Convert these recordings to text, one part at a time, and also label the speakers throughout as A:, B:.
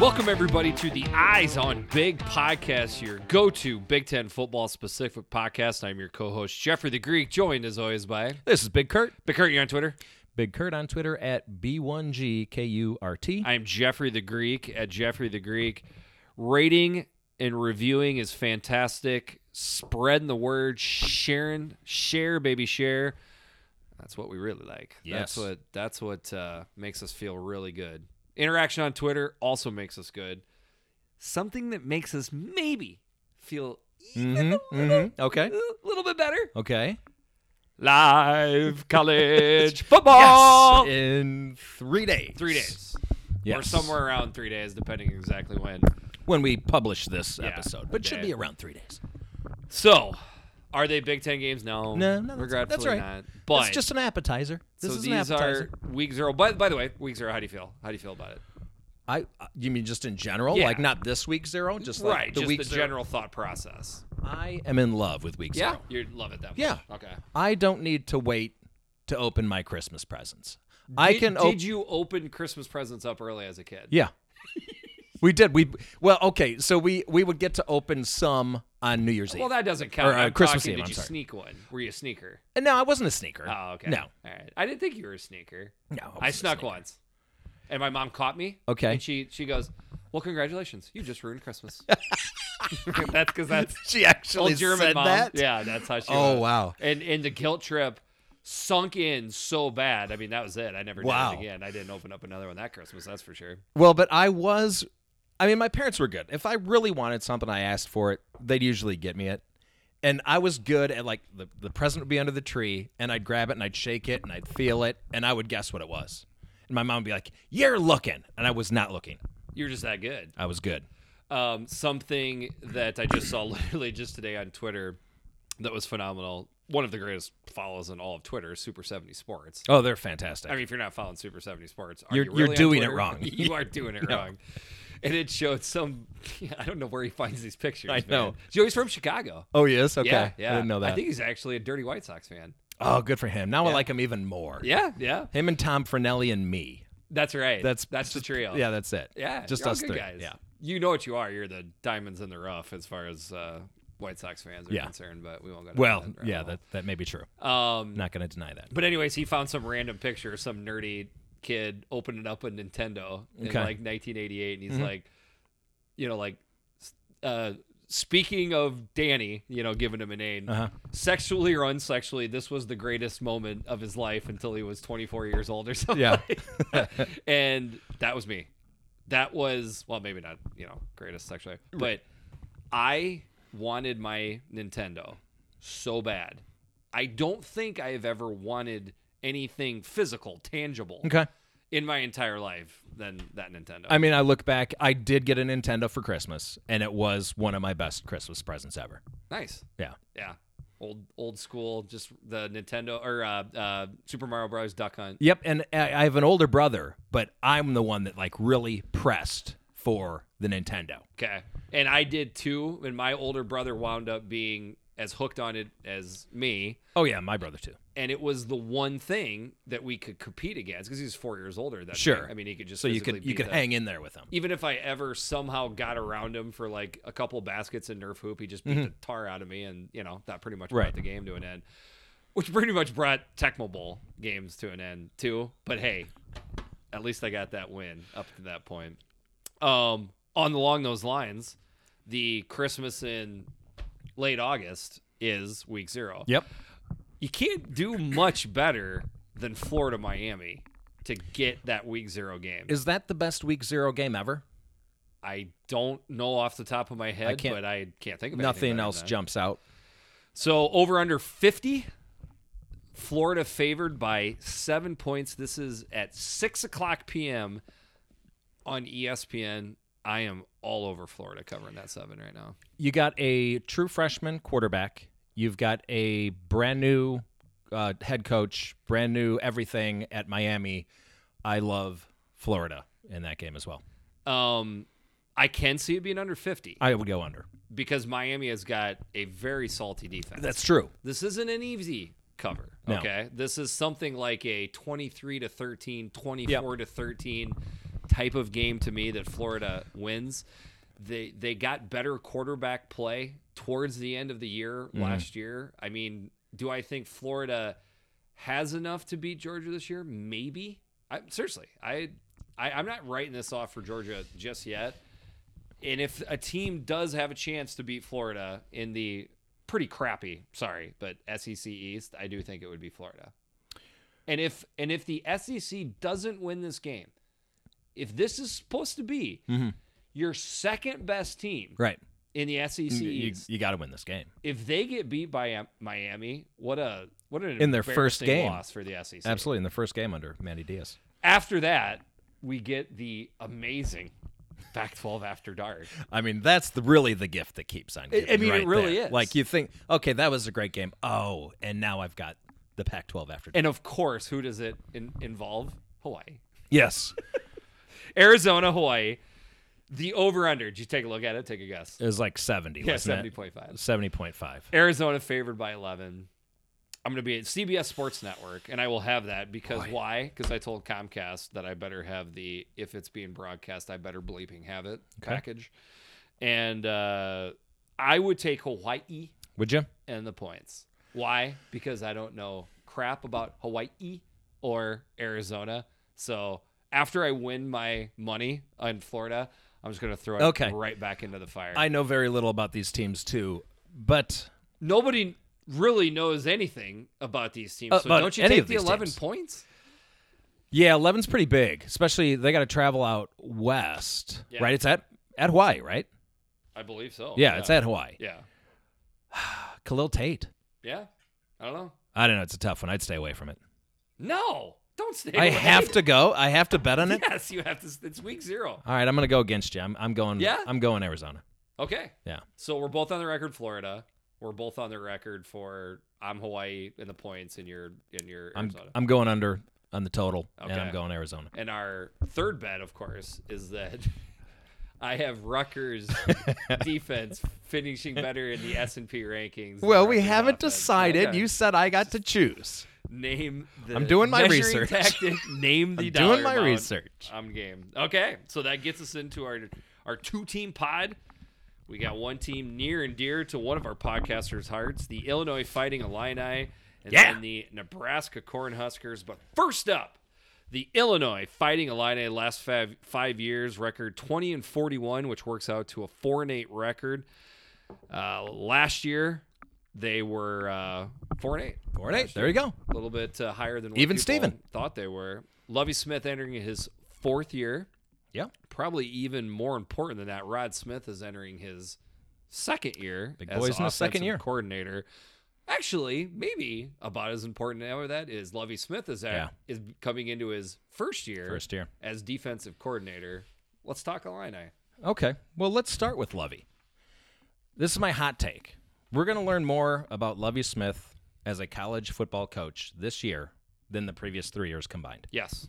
A: Welcome, everybody, to the Eyes on Big podcast, your go to Big Ten football specific podcast. I'm your co host, Jeffrey the Greek, joined as always by
B: This is Big Kurt.
A: Big Kurt. You're on Twitter.
B: Big Kurt on Twitter at B1GKURT.
A: I am Jeffrey the Greek at Jeffrey the Greek. Rating and reviewing is fantastic. Spreading the word, sharing, share, baby, share. That's what we really like. That's
B: Yes.
A: what that's what uh, makes us feel really good. Interaction on Twitter also makes us good. Something that makes us maybe feel even a little,
B: Mhm. Okay.
A: a little bit better.
B: Okay.
A: Live college football.
B: In three days.
A: Three days.
B: Yes.
A: Or somewhere around three days, depending exactly when.
B: When we publish this episode. But it should
A: Okay.
B: be around three days.
A: So, are they Big Ten games? No,
B: No, no. That's,
A: regretfully
B: that's right.
A: not. But
B: it's just an appetizer. This
A: so
B: is an
A: these
B: appetizer.
A: are week zero. By, by the way, week zero. How do you feel? How do you feel about it?
B: I uh, you mean just in general?
A: Yeah.
B: Like not this week zero, just like
A: right,
B: the
A: just
B: week
A: the
B: zero.
A: general thought process.
B: I am in love with week
A: Yeah,
B: zero.
A: you love it that much.
B: Yeah.
A: Okay.
B: I don't need to wait to open my Christmas presents. I
A: did,
B: can
A: Did
B: open
A: you open Christmas presents up early as a kid?
B: Yeah. we did. We well, okay, so we we would get to open some on New Year's
A: Well,
B: Eve.
A: that doesn't count.
B: Or, uh,
A: I'm
B: Christmas
A: talking,
B: Eve,
A: Did
B: I'm
A: you
B: sorry.
A: sneak one? Were you a sneaker?
B: And no, I wasn't a sneaker.
A: Oh, okay.
B: No.
A: All right. I didn't think you were a sneaker.
B: No. wasn't
A: I
B: a
A: snuck
B: sneaker.
A: once, and my mom caught me.
B: Okay.
A: And she she goes, "Well, congratulations, you just ruined Christmas." that's because that's
B: She actually
A: old German
B: said
A: mom.
B: that?
A: Yeah, that's how she.
B: Oh,
A: was.
B: wow.
A: And and the guilt trip sunk in so bad. I mean, that was it. I never
B: Wow.
A: did it again. I didn't open up another one that Christmas. That's for sure.
B: Well, but I was I mean, my parents were good. If I really wanted something I asked for it, they'd usually get me it. And I was good at like the, the present would be under the tree and I'd grab it and I'd shake it and I'd feel it and I would guess what it was. And my mom would be like, You're looking and I was not looking.
A: You're just that good.
B: I was good.
A: um, something that I just saw literally just today on Twitter that was phenomenal. One of the greatest follows on all of Twitter, Super 70 Sports.
B: Oh, they're fantastic.
A: I mean, if you're not following Super 70 Sports, are
B: You're-
A: you
B: you're
A: really on
B: doing it
A: Twitter?
B: wrong.
A: you are doing it wrong. And it showed some, I don't know where he finds these pictures.
B: I
A: man.
B: know.
A: Joey's from Chicago.
B: oh, yes? Okay.
A: Yeah, yeah.
B: I didn't know that.
A: I think he's actually a dirty White Sox fan.
B: oh, good for him. Now I like him even more.
A: Yeah, yeah.
B: Him and Tom Frenelli and me.
A: That's right.
B: That's
A: that's the trio.
B: Yeah, that's it.
A: Yeah,
B: Just
A: you're all
B: us
A: good
B: three.
A: guys.
B: Yeah.
A: you know what you are. You're the diamonds in the rough as far as uh, White Sox fans are
B: Yeah.
A: concerned. But we won't go. down
B: Well,
A: that
B: yeah,
A: rabbit
B: that, that may be true.
A: hole. um,
B: Not going to deny that.
A: but anyways, he found some random picture, of some nerdy kid opening up a Nintendo in
B: Okay. Mm-hmm.
A: like 1988, and he's like, you know, like, s- uh, speaking of Danny, you know, giving him a name,
B: Uh-huh.
A: sexually or unsexually, this was the greatest moment of his life until he was 24 years old or something.
B: Yeah.
A: like that. and that was me. That was well, maybe not, you know, greatest sexually, but I wanted my Nintendo so bad. I don't think I have ever wanted anything physical, tangible,
B: Okay.
A: in my entire life than that Nintendo.
B: I mean, I look back, I did get a Nintendo for Christmas, and it was one of my best Christmas presents ever.
A: nice,
B: Yeah.
A: yeah, old old school, just the Nintendo or uh, uh, Super Mario Bros. Duck Hunt.
B: Yep. And I I have an older brother, but I'm the one that like really pressed for the Nintendo.
A: Okay, and I did too. And my older brother wound up being as hooked on it as me.
B: Oh, yeah. My brother, too.
A: and it was the one thing that we could compete against because he's four years older. That
B: Sure.
A: I mean, he could just
B: So you
A: physically
B: could, you
A: beat
B: could
A: them.
B: hang in there with him.
A: Even if I ever somehow got around him for like a couple baskets in Nerf hoop, he just beat the tar out of me, and you know that pretty much brought
B: Mm-hmm. Right.
A: the game to an end, which pretty much brought Tecmo Bowl games to an end too. But hey, at least I got that win up to that point. Um, on along those lines, the Christmas in late August is week zero
B: Yep.
A: you can't do much better than Florida Miami to get that week zero game.
B: Is that the best week zero game ever?
A: I don't know off the top of my head,
B: can't-
A: but I can't think of anything
B: Nothing
A: better
B: else
A: than that.
B: jumps out.
A: So over under 50. Florida favored by seven points. This is at 6 o'clock p.m. on E ESPN. I am all over Florida covering that seven right now.
B: you got a true freshman quarterback. You've got a brand new uh, head coach, brand new everything at Miami. I love Florida in that game as well.
A: Um, I can see it being under 50
B: I would go under.
A: because Miami has got a very salty defense.
B: true.
A: this isn't an easy cover
B: No.
A: okay this is something like a 23 to 13 24 to 13 type of game to me that Florida wins. They they got better quarterback play towards the end of the year last year. I mean, do I think Florida has enough to beat Georgia this year? Maybe. I, seriously, I, I I'm not writing this off for Georgia just yet. And if a team does have a chance to beat Florida in the pretty crappy, sorry, but SEC East, I do think it would be Florida. And if and if the SEC doesn't win this game, if this is supposed to be your second best team
B: Mm-hmm. Right.
A: in the SEC
B: You, you,
A: East,
B: got to win this game.
A: if they get beat by Am- Miami, what a what an
B: In their first
A: embarrassing
B: game.
A: loss for the SEC.
B: Absolutely. In the first game under Mandy Diaz.
A: After that, we get the amazing Back 12 after dark.
B: I mean, that's the, really the gift that keeps on giving.
A: I mean, it
B: right
A: really
B: there.
A: is.
B: Like, you think, okay, that was a great game. Oh, and now I've got the Pac 12 after.
A: And of course, who does it in- involve? Hawaii.
B: yes.
A: Arizona, Hawaii. The over under. Did you take a look at it? Take a guess.
B: It was like 70,
A: Yeah,
B: wasn't it?
A: 70.5.
B: 70.5.
A: Arizona favored by 11. I'm going to be at CBS Sports Network, and I will have that because why? Because I told Comcast that I better have the, if it's being broadcast, I better bleeping have it package. And uh, I would take Hawaii
B: Would you?
A: and the points. Why? Because I don't know crap about Hawaii or Arizona. So after I win my money on Florida, I'm just going to throw it
B: Okay.
A: right back into the fire.
B: I know very little about these teams, too, but
A: Nobody really knows anything about these teams.
B: Uh,
A: so
B: about
A: don't you
B: any
A: take
B: of
A: the
B: these
A: 11
B: teams.
A: points?
B: yeah, 11's pretty big, especially they got to travel out west,
A: Yeah.
B: right? It's at, at Hawaii, right?
A: I believe so.
B: yeah, it's at Hawaii.
A: Yeah.
B: Khalil Tate.
A: Yeah. I don't know.
B: I don't know. It's a tough one. I'd stay away from it.
A: No. Don't stay.
B: I
A: away.
B: have to go. I have to bet on it.
A: Yes, you have to. It's week zero.
B: All right, I'm gonna go against you. I'm, I'm going.
A: Yeah?
B: I'm going Arizona.
A: Okay.
B: Yeah.
A: So we're both on the record, Florida. We're both on the record for I'm Hawaii in the points, and you're in your
B: I'm
A: Arizona.
B: I'm going under on the total, and I'm
A: Okay.
B: going Arizona.
A: and our third bet, of course, is that I have Rutgers defense finishing better in the S and P rankings. than Rutgers offense. Okay.
B: said I got to choose.
A: name. The
B: I'm doing my
A: measuring
B: research.
A: Tactic, name the
B: I'm doing
A: dollar
B: my
A: amount.
B: research.
A: I'm game. Okay, so that gets us into our our two team pod. We got one team near and dear to one of our podcasters' hearts, the Illinois Fighting Illini, and
B: Yeah.
A: then the Nebraska Cornhuskers. But first up, the Illinois Fighting Illini last five, five years record 20 and 41, which works out to a 4 and 8 record. Uh, last year, they were uh, 4 and 8.
B: Four and eight. There you go.
A: A little bit uh, higher than what
B: Even
A: people
B: Steven.
A: thought they were. Lovey Smith entering his fourth year.
B: Yeah.
A: Probably even more important than that, Rod Smith is entering his second year
B: Big
A: as
B: boys in his
A: offensive
B: second year.
A: coordinator. Actually, maybe about as important now that is Lovey Smith is at,
B: Yeah.
A: is coming into his first year
B: First year.
A: as defensive coordinator. Let's talk Illini.
B: Okay. Well, let's start with Lovey. This is my hot take. We're gonna learn more about Lovey Smith as a college football coach this year than the previous three years combined.
A: Yes,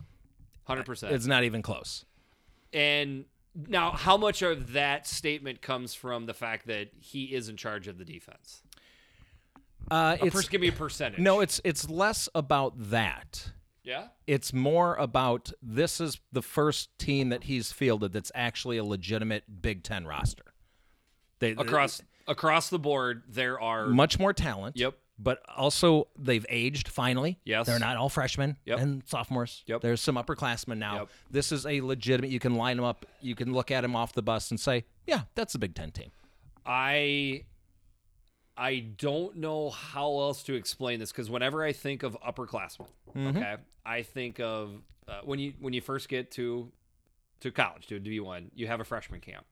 A: hundred percent.
B: It's not even close.
A: And now, how much of that statement comes from the fact that he is in charge of the defense?
B: Uh,
A: A
B: it's
A: per- give me a percentage.
B: no. It's it's less about that.
A: Yeah.
B: it's more about this is the first team that he's fielded that's actually a legitimate Big Ten roster. They,
A: Across across the board, there are.
B: much more talent.
A: Yep.
B: But also they've aged finally.
A: Yes.
B: They're not all freshmen
A: Yep.
B: and sophomores.
A: Yep.
B: There's some upperclassmen now.
A: Yep.
B: This is a legitimate. You can line them up. You can look at them off the bus and say, "Yeah, that's a Big Ten team."
A: I I don't know how else to explain this because whenever I think of upperclassmen,
B: Mm-hmm.
A: okay, I think of uh, when you when you first get to to college to D one, you have a freshman camp.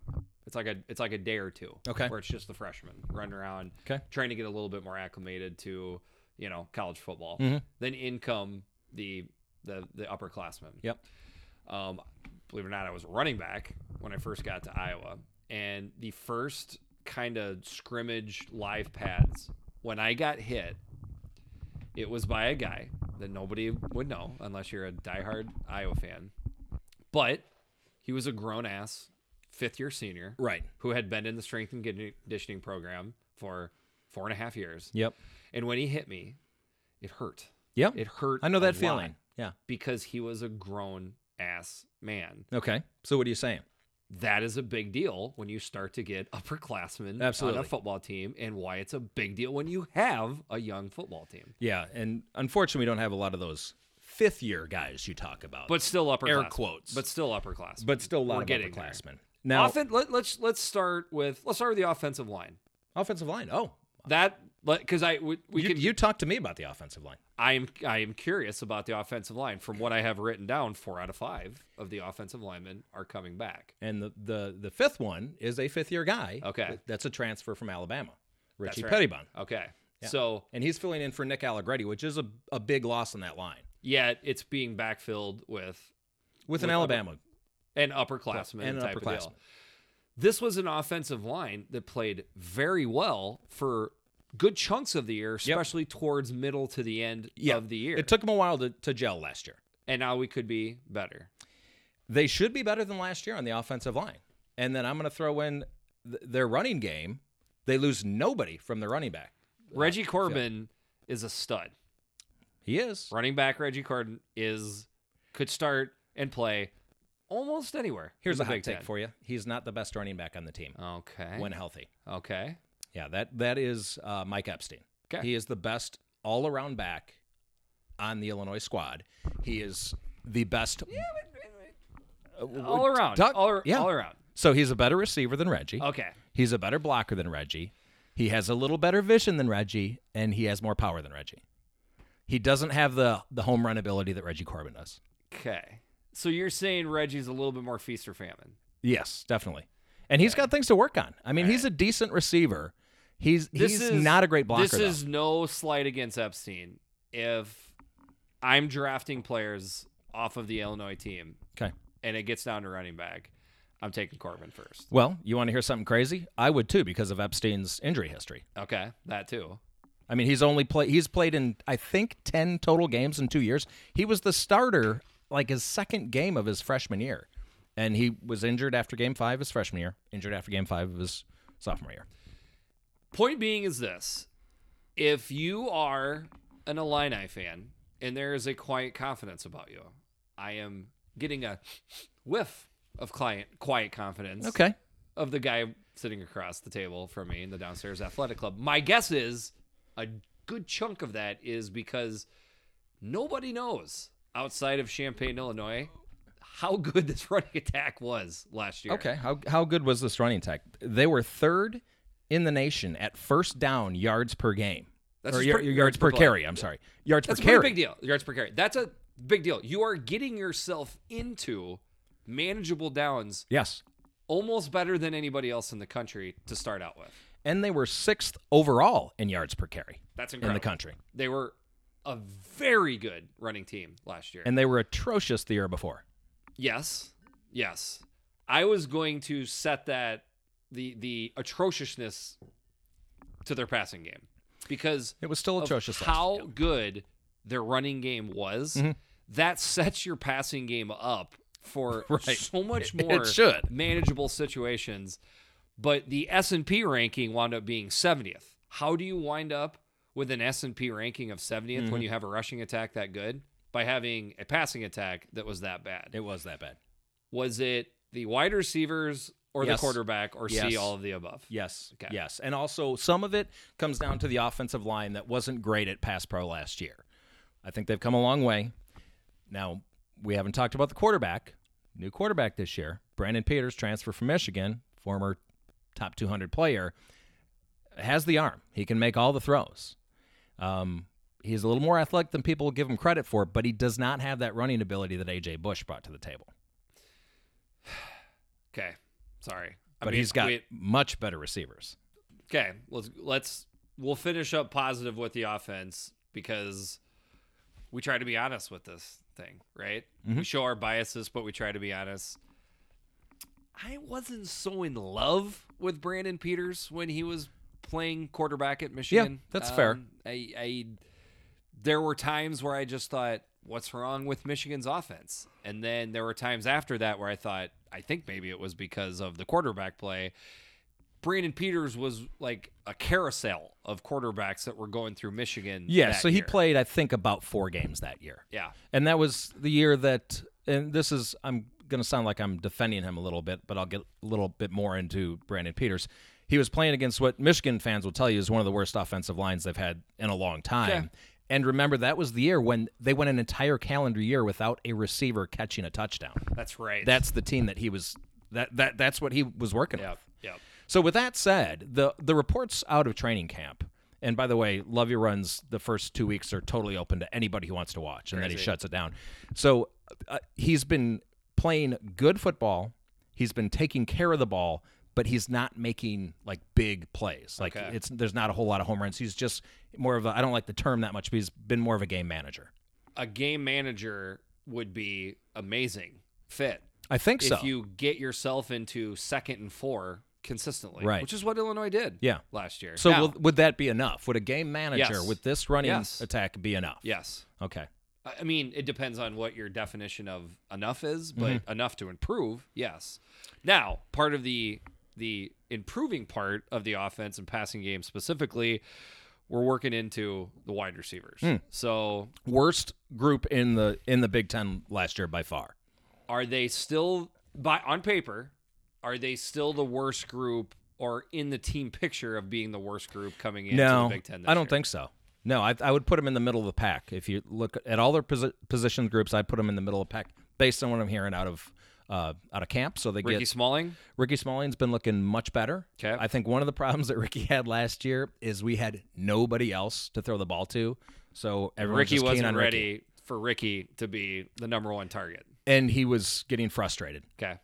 A: It's like a it's like a day or two,
B: Okay.
A: where it's just the freshmen running around,
B: Okay.
A: trying to get a little bit more acclimated to you know college football.
B: Mm-hmm.
A: Then in come the the the upperclassmen.
B: Yep.
A: Um, believe it or not, I was a running back when I first got to Iowa, and the first kind of scrimmage live pads when I got hit, it was by a guy that nobody would know unless you're a diehard Iowa fan, but he was a grown ass fifth year senior
B: Right.
A: who had been in the strength and conditioning program for four and a half years,
B: Yep.
A: and when he hit me, it hurt.
B: Yep.
A: It hurt.
B: I know
A: a
B: that
A: lot
B: feeling. Yeah.
A: because he was a grown ass man.
B: Okay. So what are you saying?
A: That is a big deal when you start to get upperclassmen
B: Absolutely.
A: on a football team, and why it's a big deal when you have a young football team.
B: Yeah, and unfortunately, we don't have a lot of those fifth year guys you talk about.
A: But still upperclassmen.
B: Air quotes.
A: But still upperclassmen.
B: but still a lot
A: We're
B: of
A: getting
B: upperclassmen.
A: there.
B: Now,
A: Offen- let, let's let's start with let's start with the offensive line.
B: offensive line. Oh,
A: That because I we, we
B: you,
A: can
B: you talk to me about the offensive line.
A: I am I am curious about the offensive line. From what I have written down, four out of five of the offensive linemen are coming back.
B: And the, the, the fifth one is a fifth year guy.
A: Okay.
B: That's a transfer from Alabama, Richie
A: right.
B: Pettibon.
A: Okay, so
B: And he's filling in for Nick Allegretti, which is a, a big loss on that line
A: yet it's being backfilled with With
B: with an
A: upper-
B: Alabama
A: an upperclassman
B: and an
A: type of
B: upperclassman.
A: deal. This was an offensive line that played very well for good chunks of the year, especially towards middle to the end
B: Yeah.
A: of the year.
B: It took him a while to, to gel last year.
A: and now we could be better.
B: they should be better than last year on the offensive line. And then I'm going to throw in th- their running game. They lose nobody from their running back.
A: Reggie Corbin is a stud.
B: He is.
A: Running back Reggie Corbin is could start and play almost anywhere.
B: Here's
A: in
B: a
A: the
B: hot
A: Big
B: take
A: Ten.
B: for you. He's not the best running back on the team
A: Okay.
B: when healthy.
A: okay.
B: Yeah, that that is uh, Mike Epstein.
A: 'Kay.
B: He is the best all around back on the Illinois squad. He is the best.
A: All around.
B: Doc-
A: all,
B: yeah.
A: all around.
B: So he's a better receiver than Reggie.
A: Okay.
B: He's a better blocker than Reggie. He has a little better vision than Reggie, and he has more power than Reggie. He doesn't have the the home run ability that Reggie Corbin does.
A: Okay. So you're saying Reggie's a little bit more feast or famine.
B: Yes, definitely. And he's got things to work on. I mean, he's a decent receiver. He's he's not a great blocker.
A: This is no slight against Epstein. If I'm drafting players off of the Illinois team
B: okay.
A: and it gets down to running back, I'm taking Corbin first.
B: Well, you want to hear something crazy? I would too because of Epstein's injury history.
A: Okay, that too.
B: I mean, he's only played he's played in I think 10 total games in 2 years. He was the starter like his second game of his freshman year. And he was injured after game 5 of his freshman year, injured after game 5 of his sophomore year.
A: Point being is this: if you are an Illini fan and there is a quiet confidence about you, I am getting a whiff of client quiet confidence
B: Okay.
A: of the guy sitting across the table from me in the downstairs athletic club. My guess is a good chunk of that is because nobody knows outside of Champaign, Illinois, how good this running attack was last year.
B: Okay. How how good was this running attack? They were third in the nation at first down yards per game.
A: That's
B: or
A: just
B: ya-
A: per-
B: yards,
A: yards per
B: per,
A: play.
B: carry, I'm sorry. Yards
A: That's
B: per
A: a pretty
B: carry.
A: big deal. Yards per carry. That's a big deal. You are getting yourself into manageable downs
B: Yes.
A: almost better than anybody else in the country to start out with.
B: And they were 6th overall in yards per carry
A: That's
B: in
A: incredible.
B: the country.
A: They were a very good running team last year.
B: And they were atrocious the year before.
A: yes. Yes. I was going to set that the the atrociousness to their passing game because
B: It was still
A: of
B: atrocious last Mm-hmm.
A: how good their running game was, that sets your passing game up for so much
B: It- it
A: more
B: should.
A: manageable situations. But the S and P ranking wound up being 70th. How do you wind up with an S and P ranking of 70th
B: Mm-hmm.
A: when you have a rushing attack that good? By having a passing attack that was that bad.
B: It was that bad.
A: Was it the wide receivers or
B: Yes.
A: the quarterback or
B: Yes.
A: C all of the above?
B: Yes.
A: Okay.
B: Yes. And also, some of it comes down to the offensive line that wasn't great at pass pro last year. I think they've come a long way. Now, we haven't talked about the quarterback, new quarterback this year, Brandon Peters, transfer from Michigan, former top 200 player, has the arm. He can make all the throws. Um, he's a little more athletic than people give him credit for, but he does not have that running ability that A.J. Bush brought to the table.
A: Okay. Sorry. I
B: But
A: mean,
B: he's got
A: we-
B: much better receivers.
A: Okay, let's let's we'll finish up positive with the offense because we try to be honest with this thing, right?
B: Mm-hmm.
A: We show our biases, but we try to be honest. I wasn't so in love with Brandon Peters when he was playing quarterback at Michigan. Um,
B: that's fair.
A: I, I there were times where I just thought, "What's wrong with Michigan's offense?" And then there were times after that where I thought, "I think maybe it was because of the quarterback play." Brandon Peters was like a carousel of quarterbacks that were going through Michigan.
B: Yeah,
A: that
B: so he
A: year.
B: played, I think, about four games that year.
A: Yeah,
B: And that was the year that and this is I'm going to sound like I'm defending him a little bit, but I'll get a little bit more into Brandon Peters. He was playing against what Michigan fans will tell you is one of the worst offensive lines they've had in a long time.
A: Yeah.
B: And remember, that was the year when they went an entire calendar year without a receiver catching a touchdown.
A: That's right.
B: That's the team that he was that that that's what he was working
A: yep,
B: with.
A: yep.
B: So with that said, the the reports out of training camp, and by the way, Love Your Runs the first two weeks are totally open to anybody who wants to watch, and then he shuts it down. So uh, he's been playing good football. He's been taking care of the ball, but he's not making like big plays. Like
A: Okay.
B: it's there's not a whole lot of home runs. He's just more of a I don't like the term that much, but he's been more of a game manager.
A: A game manager would be amazing fit
B: I think so.
A: if you get yourself into second and four consistently,
B: Right.
A: Which is what Illinois did,
B: Yeah.
A: last year.
B: so
A: Now-
B: will, would that be enough? Would a game manager
A: Yes.
B: with this running
A: Yes.
B: attack be enough?
A: yes,
B: Okay.
A: I I mean, it depends on what your definition of enough is, but
B: Mm-hmm.
A: enough to improve, yes. Now, part of the the improving part of the offense and passing game specifically, we're working into the wide receivers.
B: Hmm.
A: So,
B: worst group in the in the Big Ten last year by far.
A: are they still by on paper? Are they still the worst group or in the team picture of being the worst group coming into
B: no,
A: the Big Ten? This
B: I don't
A: year?
B: think so. No, I, I would put them in the middle of the pack. If you look at all their posi- position groups, I put them in the middle of the pack based on what I'm hearing out of uh, out of camp. So they
A: Ricky
B: get
A: Smalling.
B: Ricky Smalling's been looking much better.
A: 'Kay.
B: I think one of the problems that Ricky had last year is we had nobody else to throw the ball to. So everyone
A: Ricky
B: was just keen
A: wasn't
B: on
A: ready
B: Ricky.
A: for Ricky to be the number one target.
B: and he was getting frustrated.
A: Okay.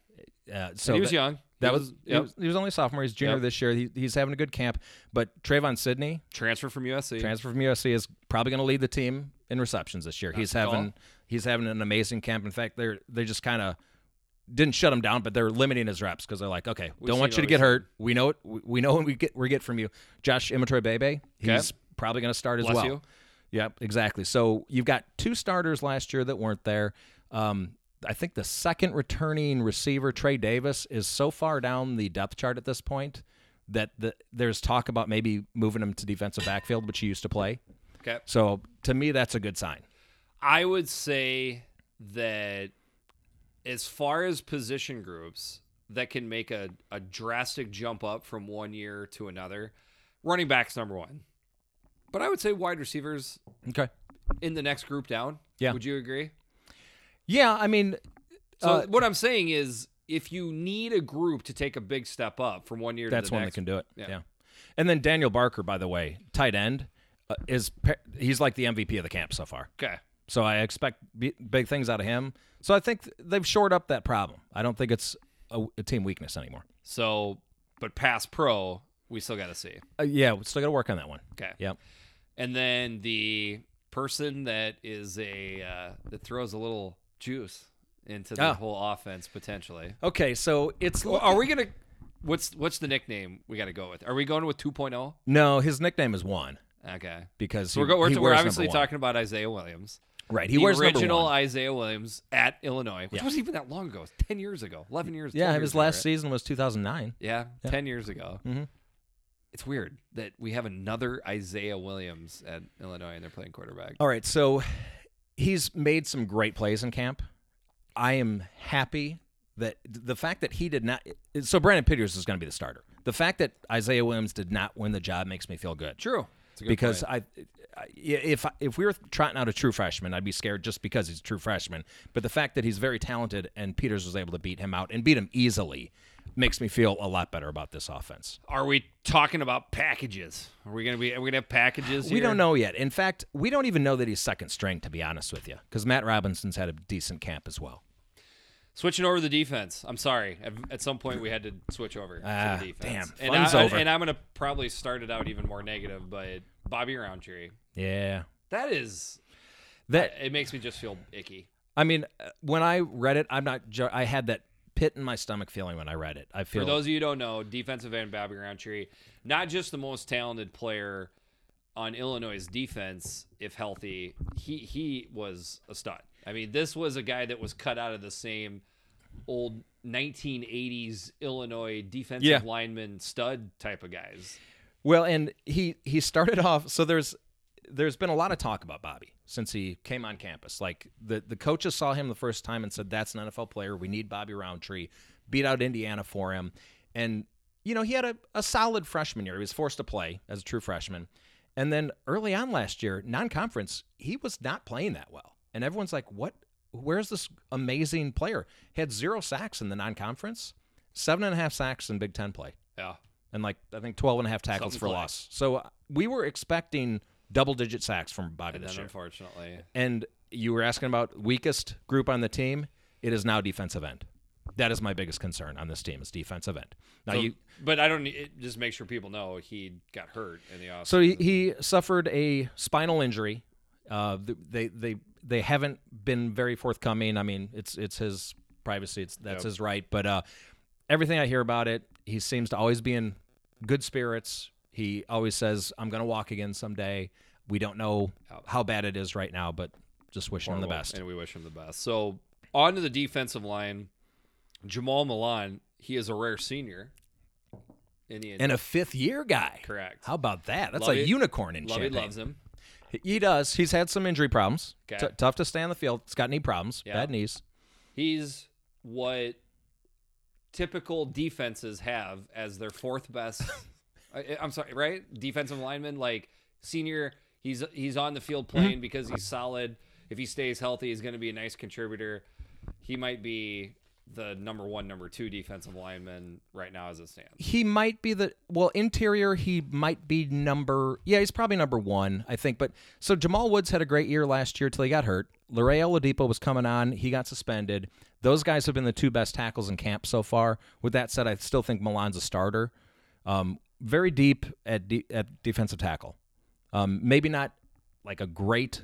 B: Uh, so
A: he was
B: that-
A: young.
B: That
A: He
B: was, he
A: yep.
B: was he was only a sophomore. He's junior
A: Yep.
B: this year. He, he's having a good camp. But Trayvon Sidney,
A: transfer from USC.
B: transfer from USC, is probably going to lead the team in receptions this year. he's
A: the call.
B: having he's having an amazing camp. In fact, they're they just kind of didn't shut him down, but they're limiting his reps because they're like, okay, don't
A: see
B: want
A: what
B: you to
A: we
B: get
A: see.
B: hurt. We know it. We, we know what we get we get from you. Josh Imatory Bebe, he's
A: Okay.
B: probably going to start as
A: Bless
B: well.
A: you.
B: Yep, exactly. So you've got two starters last year that weren't there. Um, I think the second returning receiver, Trey Davis, is so far down the depth chart at this point that the, there's talk about maybe moving him to defensive backfield, which he used to play.
A: Okay.
B: So to me, that's a good sign.
A: I would say that as far as position groups that can make a, a drastic jump up from one year to another, running back's number one. But I would say wide receivers
B: Okay.
A: in the next group down.
B: Yeah.
A: Would you agree?
B: Yeah, I mean,
A: So
B: Uh,
A: what I'm saying is if you need a group to take a big step up from one year
B: that's
A: to the
B: one
A: next,
B: that can do it. Yeah.
A: yeah.
B: And then Daniel Barker, by the way, tight end, uh, is pa- he's like the MVP of the camp so far.
A: Okay.
B: So I expect b- big things out of him. So I think th- they've shored up that problem. I don't think it's a, a team weakness anymore.
A: So but pass pro, we still gotta see.
B: Uh, yeah, we still got to work on that one.
A: Okay.
B: Yep.
A: and then the person that is a uh, that throws a little juice into the
B: Ah.
A: whole offense potentially.
B: Okay, so it's
A: Well, are we gonna? What's what's the nickname we got to go with? Are we going with 2.0?
B: no. His nickname is One
A: Okay,
B: because
A: so we're
B: he-
A: go,
B: he
A: we're, we're
B: wears
A: obviously
B: number one.
A: talking about Isaiah Williams,
B: Right, he
A: the
B: wears number
A: original uh,
B: one.
A: Isaiah Williams at Illinois, which
B: Yeah.
A: wasn't even that long ago. It was ten years ago, eleven years. 10
B: Yeah,
A: years
B: his
A: ago,
B: last Mm-hmm.
A: right?
B: season was 2009.
A: Yeah, ten years ago. It's weird that we have another Isaiah Williams at Illinois and they're playing quarterback.
B: All right, so he's made some great plays in camp. I am happy that the fact that he did not. So Brandon Peters is going to be the starter. The fact that Isaiah Williams did not win the job makes me feel good.
A: True, It's a good
B: because
A: point.
B: I, I- if if we were trotting out a true freshman, I'd be scared just because he's a true freshman. But the fact that he's very talented and Peters was able to beat him out and beat him easily makes me feel a lot better about this offense.
A: Are we talking about packages? Are we gonna be? Are we gonna have packages?
B: We
A: here?
B: don't know yet. In fact, we don't even know that he's second string, to be honest with you, because Matt Robinson's had a decent camp as well.
A: Switching over to the defense. I'm sorry. At, at some point, we had to switch over
B: Ah,
A: to the defense.
B: damn.
A: And,
B: Fun's
A: I,
B: over.
A: and I'm gonna probably start it out even more negative, but Bobby Roundtree.
B: Yeah,
A: That is.
B: that
A: It makes me just feel icky.
B: I mean, uh, when I read it, I'm not. jo- I had that pit in my stomach feeling when I read it. I
A: For
B: feel
A: those of you who don't know, defensive end Bobby Roundtree, not just the most talented player on Illinois' defense, if healthy, he he was a stud. I mean, this was a guy that was cut out of the same old 1980s Illinois defensive
B: Yeah.
A: lineman stud type of guys.
B: Well, and he he started off. So there's there's been a lot of talk about Bobby since he came on campus. Like the the coaches saw him the first time and said, "That's an NFL player. We need Bobby Roundtree." Beat out Indiana for him, and you know he had a, a solid freshman year. He was forced to play as a true freshman, and then early on last year, non-conference, he was not playing that well, and everyone's like, "What? Where's this amazing player?" He had zero sacks in the non-conference, seven and a half sacks in Big Ten play
A: Yeah.
B: and like I think 12 and a half tackles
A: Something
B: for
A: like-
B: loss. So uh, we were expecting double digit sacks from Bobby
A: And
B: this
A: then
B: year.
A: unfortunately,
B: And you were asking about weakest group on the team. It is now defensive end. That is my biggest concern on this team is defensive end. Now
A: So-
B: you
A: but I don't it, just make sure people know he got hurt in the offseason.
B: so he, he suffered a spinal injury. Uh, th- they they they haven't been very forthcoming. I mean, it's it's his privacy. It's that's
A: Yep.
B: his right. But uh, everything I hear about it, he seems to always be in good spirits. He always says, "I'm gonna walk again someday." We don't know how bad it is right now, but just wishing him the
A: Horrible,
B: best.
A: And we wish him the best. So on to the defensive line, Jamal Milan. He is a rare senior. In the
B: And a fifth year guy.
A: correct.
B: How about that? That's
A: Love
B: a
A: it.
B: unicorn in
A: Lovey
B: champagne.
A: loves him.
B: He does. He's had some injury problems.
A: Okay.
B: T- tough to stay on the field. He's got knee problems.
A: Yeah.
B: Bad knees.
A: He's what typical defenses have as their fourth best. I, I'm sorry, right? Defensive lineman, like senior. He's he's on the field
B: Mm-hmm.
A: playing because he's solid. If he stays healthy, he's going to be a nice contributor. He might be the number one, number two defensive lineman right now as it stands.
B: he might be the well interior he might be number yeah he's probably number one i think but so jamal woods had a great year last year till he got hurt Larry Oladipo was coming on he got suspended those guys have been the two best tackles in camp so far with that said i still think milan's a starter um, very deep at, de- at defensive tackle um, maybe not like a great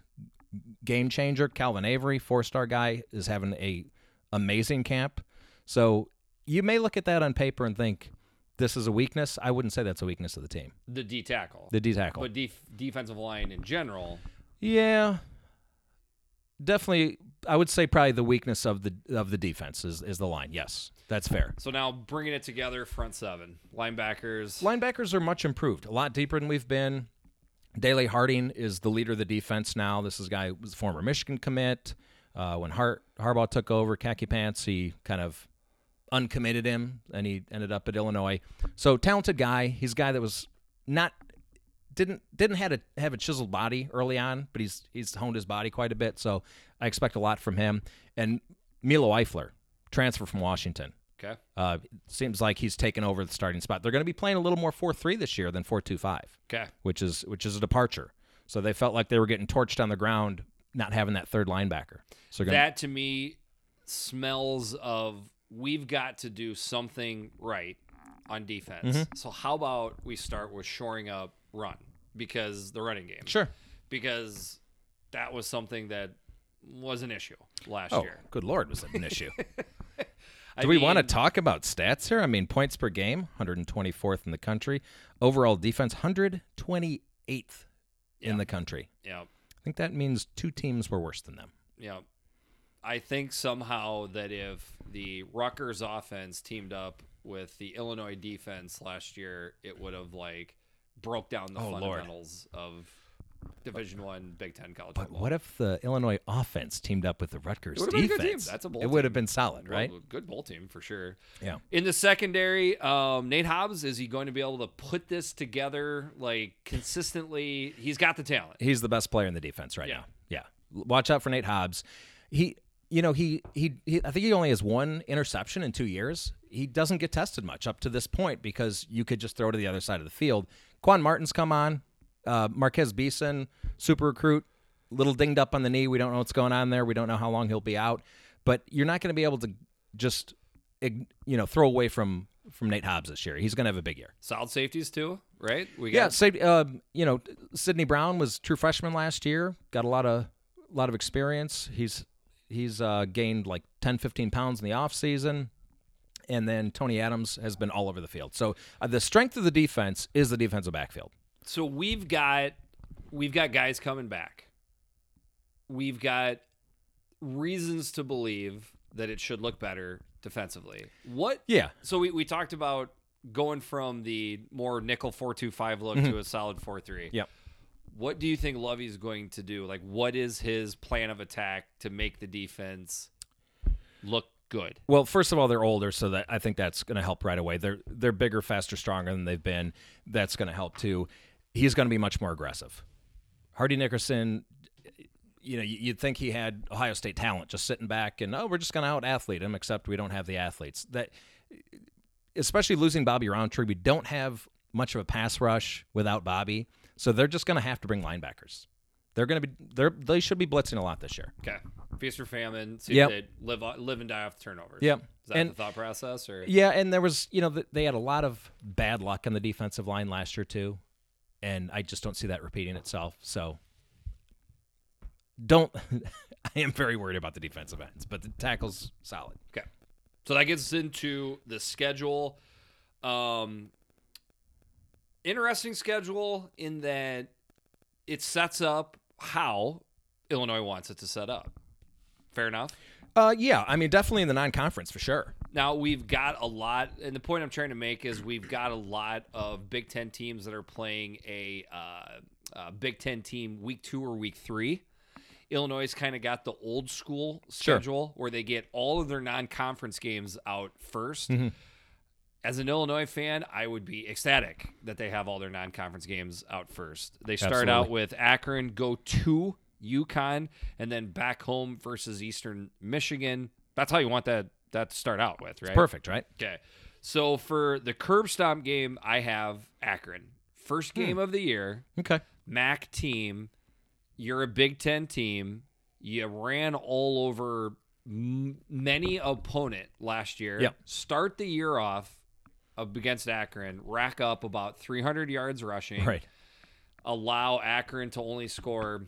B: game changer. Calvin Avery, four star guy, is having a amazing camp. So you may look at that on paper and think this is a weakness. I wouldn't say that's a weakness of the team.
A: The D tackle,
B: The D tackle.
A: but def- defensive line in general.
B: Yeah. Definitely I would say probably the weakness of the of the defense is, is the line. Yes. That's fair.
A: So now bringing it together, front seven, linebackers.
B: Linebackers are much improved, a lot deeper than we've been. Daley Harding is the leader of the defense now. This is a guy who was a former Michigan commit. Uh, when Har- Harbaugh took over khaki pants, he kind of uncommitted him, and he ended up at Illinois. So talented guy. He's a guy that was not didn't didn't had a have a chiseled body early on, but he's he's honed his body quite a bit. So I expect a lot from him. And Milo Eifler, transfer from Washington.
A: Okay,
B: Uh, seems like he's taken over the starting spot. They're going to be playing a little more four three this year than four two five,
A: okay,
B: which is which is a departure. So they felt like they were getting torched on the ground, not having that third linebacker. So they're gonna,
A: That to me smells of we've got to do something right on defense.
B: Mm-hmm.
A: So how about we start with shoring up run because the running game.
B: sure.
A: Because that was something that was an issue last
B: Oh,
A: year.
B: good lord, was that an issue? Do
A: I
B: we want to
A: mean,
B: talk about stats here? I mean, points per game, 124th in the country. Overall defense, 128th in the country.
A: Yeah.
B: I think that means two teams were worse than them.
A: Yeah. I think somehow that if the Rutgers offense teamed up with the Illinois defense last year, it would have like broke down the
B: Oh, Lord.
A: fundamentals of Division One Big Ten college
B: But
A: football.
B: what if the Illinois offense teamed up with the Rutgers
A: It would've been a
B: defense?
A: good team. That's a bowl
B: it would have been solid,
A: Well,
B: right?
A: Good bowl team for sure.
B: Yeah.
A: In the secondary, um, Nate Hobbs is he going to be able to put this together like consistently? He's got the talent.
B: he's the best player in the defense right
A: Yeah.
B: now. Yeah. Watch out for Nate Hobbs. He, you know, he, he, he, I think he only has one interception in two years. He doesn't get tested much up to this point because you could just throw to the other side of the field. Quan Martin's come on. Uh, Marquez Beeson, super recruit, little dinged up on the knee. We don't know what's going on there. We don't know how long he'll be out, but you're not going to be able to just, ig- you know, throw away from, from Nate Hobbs this year. He's going to have a big year.
A: Solid safeties too, right? We
B: Yeah,
A: got
B: same, um, you know, Sidney Brown was true freshman last year. Got a lot of lot of experience. He's he's uh, gained like 10, 15 pounds in the offseason. And then Tony Adams has been all over the field. So uh, the strength of the defense is the defensive backfield.
A: so we've got we've got guys coming back. We've got reasons to believe that it should look better defensively. What
B: Yeah.
A: So we, we talked about going from the more nickel four two five look to a solid four three.
B: Mm-hmm. Yep.
A: What do you think Lovey's going to do? Like, what is his plan of attack to make the defense look good?
B: Well, first of all, they're older, so that I think that's going to help right away. They're they're bigger, faster, stronger than they've been. That's going to help too. He's going to be much more aggressive. Hardy Nickerson, you know, you- you'd think he had Ohio State talent, just sitting back and oh, we're just going to out athlete him. Except we don't have the athletes that, especially losing Bobby Roundtree, we don't have much of a pass rush without Bobby. So they're just going to have to bring linebackers. They're going to be they're they should be blitzing a lot this year.
A: Okay, feast or famine. See
B: Yep.
A: if they live on- live and die off the turnovers.
B: Yep.
A: Is that
B: And-
A: the thought process or?
B: Yeah, and there was, you know, th- they had a lot of bad luck on the defensive line last year too, and I just don't see that repeating itself. So don't I am very worried about the defensive ends, but the tackles solid.
A: Okay. So that gets us into the schedule. Um interesting schedule in that it sets up how Illinois wants it to set up. Fair enough.
B: Uh yeah, I mean definitely in the non-conference for sure.
A: Now we've got a lot, and the point I'm trying to make is we've got a lot of Big Ten teams that are playing a uh, uh, Big Ten team week two or week three. Illinois kind of got the old school schedule where they get all of their non-conference games out 1st As an Illinois fan, I would be ecstatic that they have all their non-conference games out first. They start
B: Absolutely.
A: out with Akron, go to UConn, and then back home versus Eastern Michigan. That's how you want that that to start out with, right?
B: Perfect, right?
A: Okay. So for the curb stomp game, I have Akron. First
B: Hmm.
A: game of the year,
B: Okay.
A: MAC team. You're a Big Ten team. You ran all over m- many opponent last year.
B: Yep.
A: Start the year off up against Akron, rack up about 300 yards rushing.
B: Right.
A: Allow Akron to only score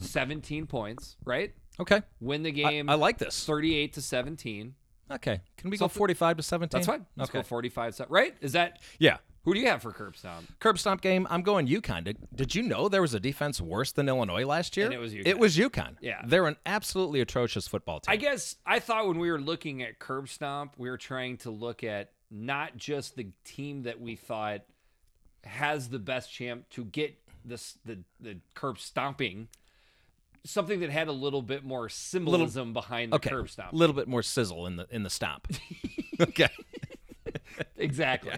A: 17 points. Right.
B: Okay.
A: Win the
B: I,
A: game
B: I like this.
A: 38 to 17.
B: Okay. Can we go
A: Something-
B: 45 to 17?
A: That's fine. Let's
B: Okay.
A: go 45 se- Right? Is that
B: yeah.
A: who do you have for curb stomp?
B: Curb stomp game. I'm going UConn. Did, did you know there was a defense worse than Illinois last year?
A: And it was UConn.
B: It was UConn.
A: Yeah.
B: they're an absolutely atrocious football team.
A: I guess I thought when we were looking at curb stomp, we were trying to look at not just the team that we thought has the best champ to get this the the curb stomping, something that had a little bit more symbolism behind the
B: okay,
A: curb stomp.
B: a little bit more sizzle in the in the stomp. okay,
A: exactly.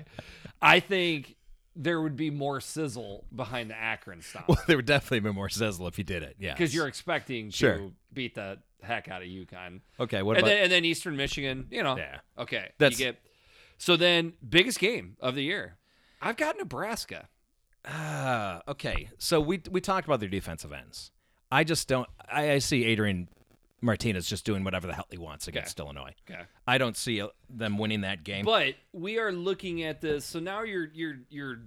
A: I think there would be more sizzle behind the Akron stomp
B: well, there would definitely be more sizzle if you did it. Yeah,
A: because you're expecting
B: Sure.
A: to beat the heck out of UConn.
B: okay. What
A: and
B: about
A: then, and then Eastern Michigan, you know.
B: Yeah.
A: Okay.
B: That's-
A: you get, so then biggest game of the year. I've got Nebraska.
B: Ah, okay? So we we talked about their defensive ends. I just don't. I, I see Adrian Martinez just doing whatever the hell he wants against Illinois.
A: Okay.
B: I don't see uh, them winning that game.
A: But we are looking at this. So now you're you're you're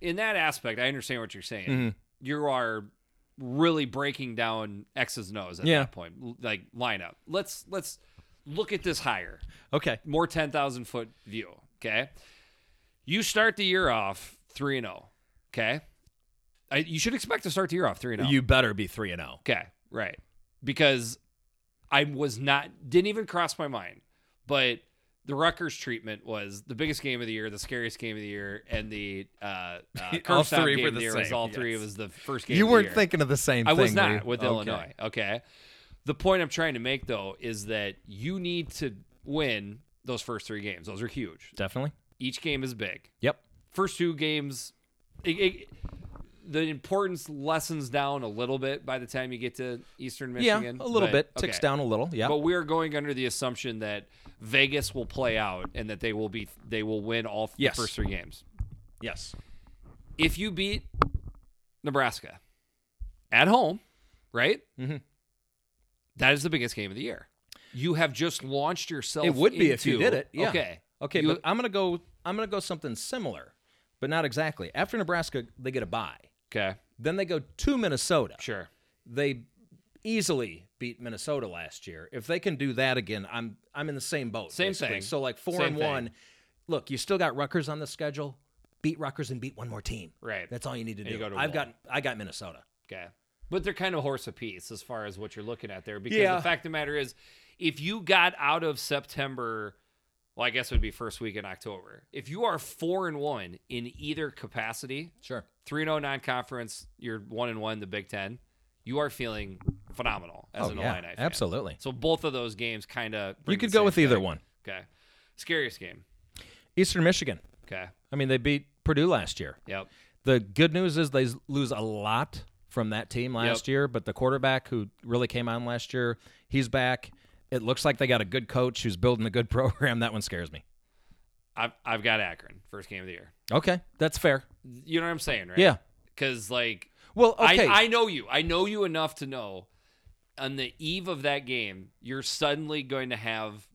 A: in that aspect, I understand what you're saying. You are really breaking down X's and O's at
B: Yeah.
A: that point. l- Like lineup. Let's let's look at this higher.
B: okay,
A: more 10,000 foot view. Okay. You start the year off 3 and 0. Okay. I, you should expect to start the year off 3 and oh. 0.
B: you better be three and oh. zero.
A: Okay. Right. Because I was not, didn't even cross my mind. But the Rutgers treatment was the biggest game of the year, the scariest game of the year, and the uh, uh,
B: All
A: curb stop
B: three
A: game
B: were
A: of
B: the
A: year was
B: same,
A: all three.
B: yes.
A: It was the first game.
B: You
A: of the
B: weren't
A: year.
B: thinking of the same
A: I
B: thing.
A: was
B: were
A: not
B: you?
A: with
B: Okay.
A: Illinois. Okay. The point I'm trying to make though is that you need to win those first three games. Those are huge.
B: Definitely.
A: Each game is big.
B: Yep.
A: First two games, it, it, the importance lessens down a little bit by the time you get to Eastern Michigan.
B: yeah, a little
A: but-
B: bit ticks
A: okay.
B: down a little. Yeah.
A: But we are going under the assumption that Vegas will play out and that they will be they will win all f-
B: Yes.
A: the first three games.
B: yes.
A: If you beat Nebraska at home, right?
B: Mhm.
A: That is the biggest game of the year. You have just launched yourself.
B: It would be if you
A: into-
B: did it, yeah.
A: Okay.
B: Okay,
A: You-
B: but I'm gonna go. I'm gonna go something similar, but not exactly. After Nebraska, they get a bye.
A: okay.
B: Then they go to Minnesota.
A: Sure.
B: They easily beat Minnesota last year. If they can do that again, I'm I'm in the same boat.
A: Same
B: basically.
A: thing.
B: So like four
A: Same
B: and
A: thing.
B: one. Look, you still got Rutgers on the schedule. Beat Rutgers and beat one more team.
A: Right.
B: That's all you need to do.
A: you go to a
B: I've
A: bowl.
B: got I got Minnesota.
A: Okay. But they're kind of horse apiece as far as what you're looking at there. Because
B: Yeah.
A: the fact of the matter is, if you got out of September, well, I guess it would be first week in October. If you are four and one in either capacity,
B: Sure.
A: Three and zero non conference. You're one and one in the Big Ten. You are feeling phenomenal as
B: Oh,
A: an
B: yeah.
A: Illini fan.
B: Absolutely.
A: So both of those games kind of
B: You could go with either one.
A: Okay. Scariest game.
B: Eastern Michigan.
A: Okay.
B: I mean, they beat Purdue last year.
A: Yep.
B: The good news is they lose a lot from that team last year, but the quarterback who really came on last year, he's back. It looks like they got a good coach who's building a good program. That one scares me.
A: I've I've got Akron first game of the year.
B: Okay, that's fair.
A: You know what I'm saying, right?
B: Yeah.
A: Because like
B: Well, okay.
A: I, I know you. I know you enough to know on the eve of that game, you're suddenly going to have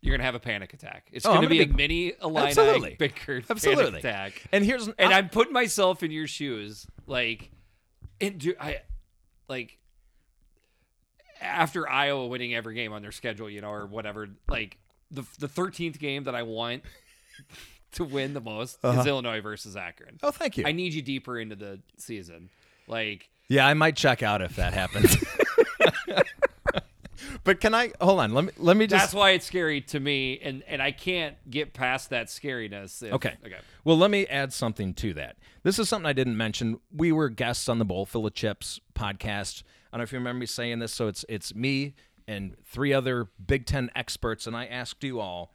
A: you're going to have a panic attack. It's
B: Oh, I'm
A: going to
B: gonna
A: be,
B: be-
A: a mini Illini
B: Absolutely.
A: Bicker panic
B: Absolutely.
A: attack.
B: and here's
A: And
B: I-
A: I'm putting myself in your shoes, like, and do I, like, after Iowa winning every game on their schedule, you know, or whatever, like the the 13th game that I want to win the most
B: Uh-huh.
A: is Illinois versus Akron.
B: oh, thank you.
A: I need you deeper into the season. Like,
B: yeah, I might check out if that happens. but can I hold on? Let me let me just
A: that's why it's scary to me, and and I can't get past that scariness. if-
B: Okay.
A: Okay.
B: Well, let me add something to that. This is something I didn't mention. We were guests on the Bowl Full of Chips podcast. I don't know if you remember me saying this. So it's it's me and three other Big Ten experts, and I asked you all,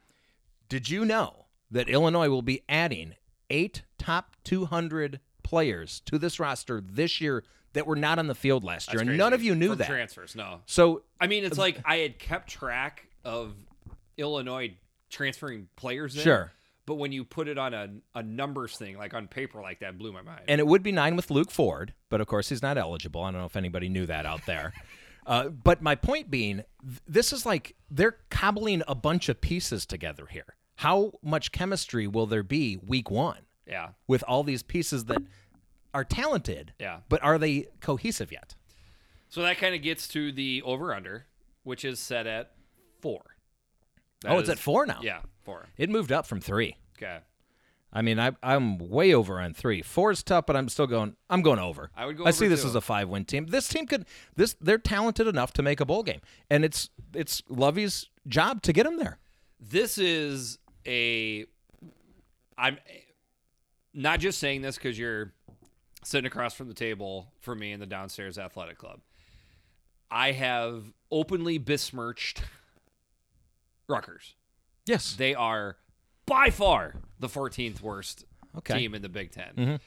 B: did you know that Illinois will be adding eight top 200 players to this roster this year that were not on the field last year? And none of you knew
A: From
B: that. Uh,
A: transfers. No.
B: so
A: I mean, it's like I had kept track of Illinois transferring players. In,
B: Sure.
A: But when you put it on a, a numbers thing, like on paper, like that blew my mind.
B: and it would be nine with Luke Ford, but of course he's not eligible. I don't know if anybody knew that out there. Uh, but my point being, th- this is like they're cobbling a bunch of pieces together here. How much chemistry will there be week one
A: yeah.
B: with all these pieces that are talented,
A: Yeah.
B: but are they cohesive yet?
A: So that kind of gets to the over under, which is set at four. That
B: oh, it's
A: is-
B: at four now.
A: Yeah, four.
B: It moved up from three.
A: Okay.
B: I mean, I, I'm way over on three. Four's tough, but I'm still going. I'm going over.
A: I would go
B: I see
A: over,
B: this
A: too.
B: as a five-win team. This team could. This they're talented enough to make a bowl game, and it's it's Lovey's job to get them there.
A: this is a i'm not just saying this because you're sitting across from the table for me in the downstairs athletic club i have openly besmirched Rutgers.
B: Yes.
A: they are by far the 14th worst
B: Okay.
A: team in the big 10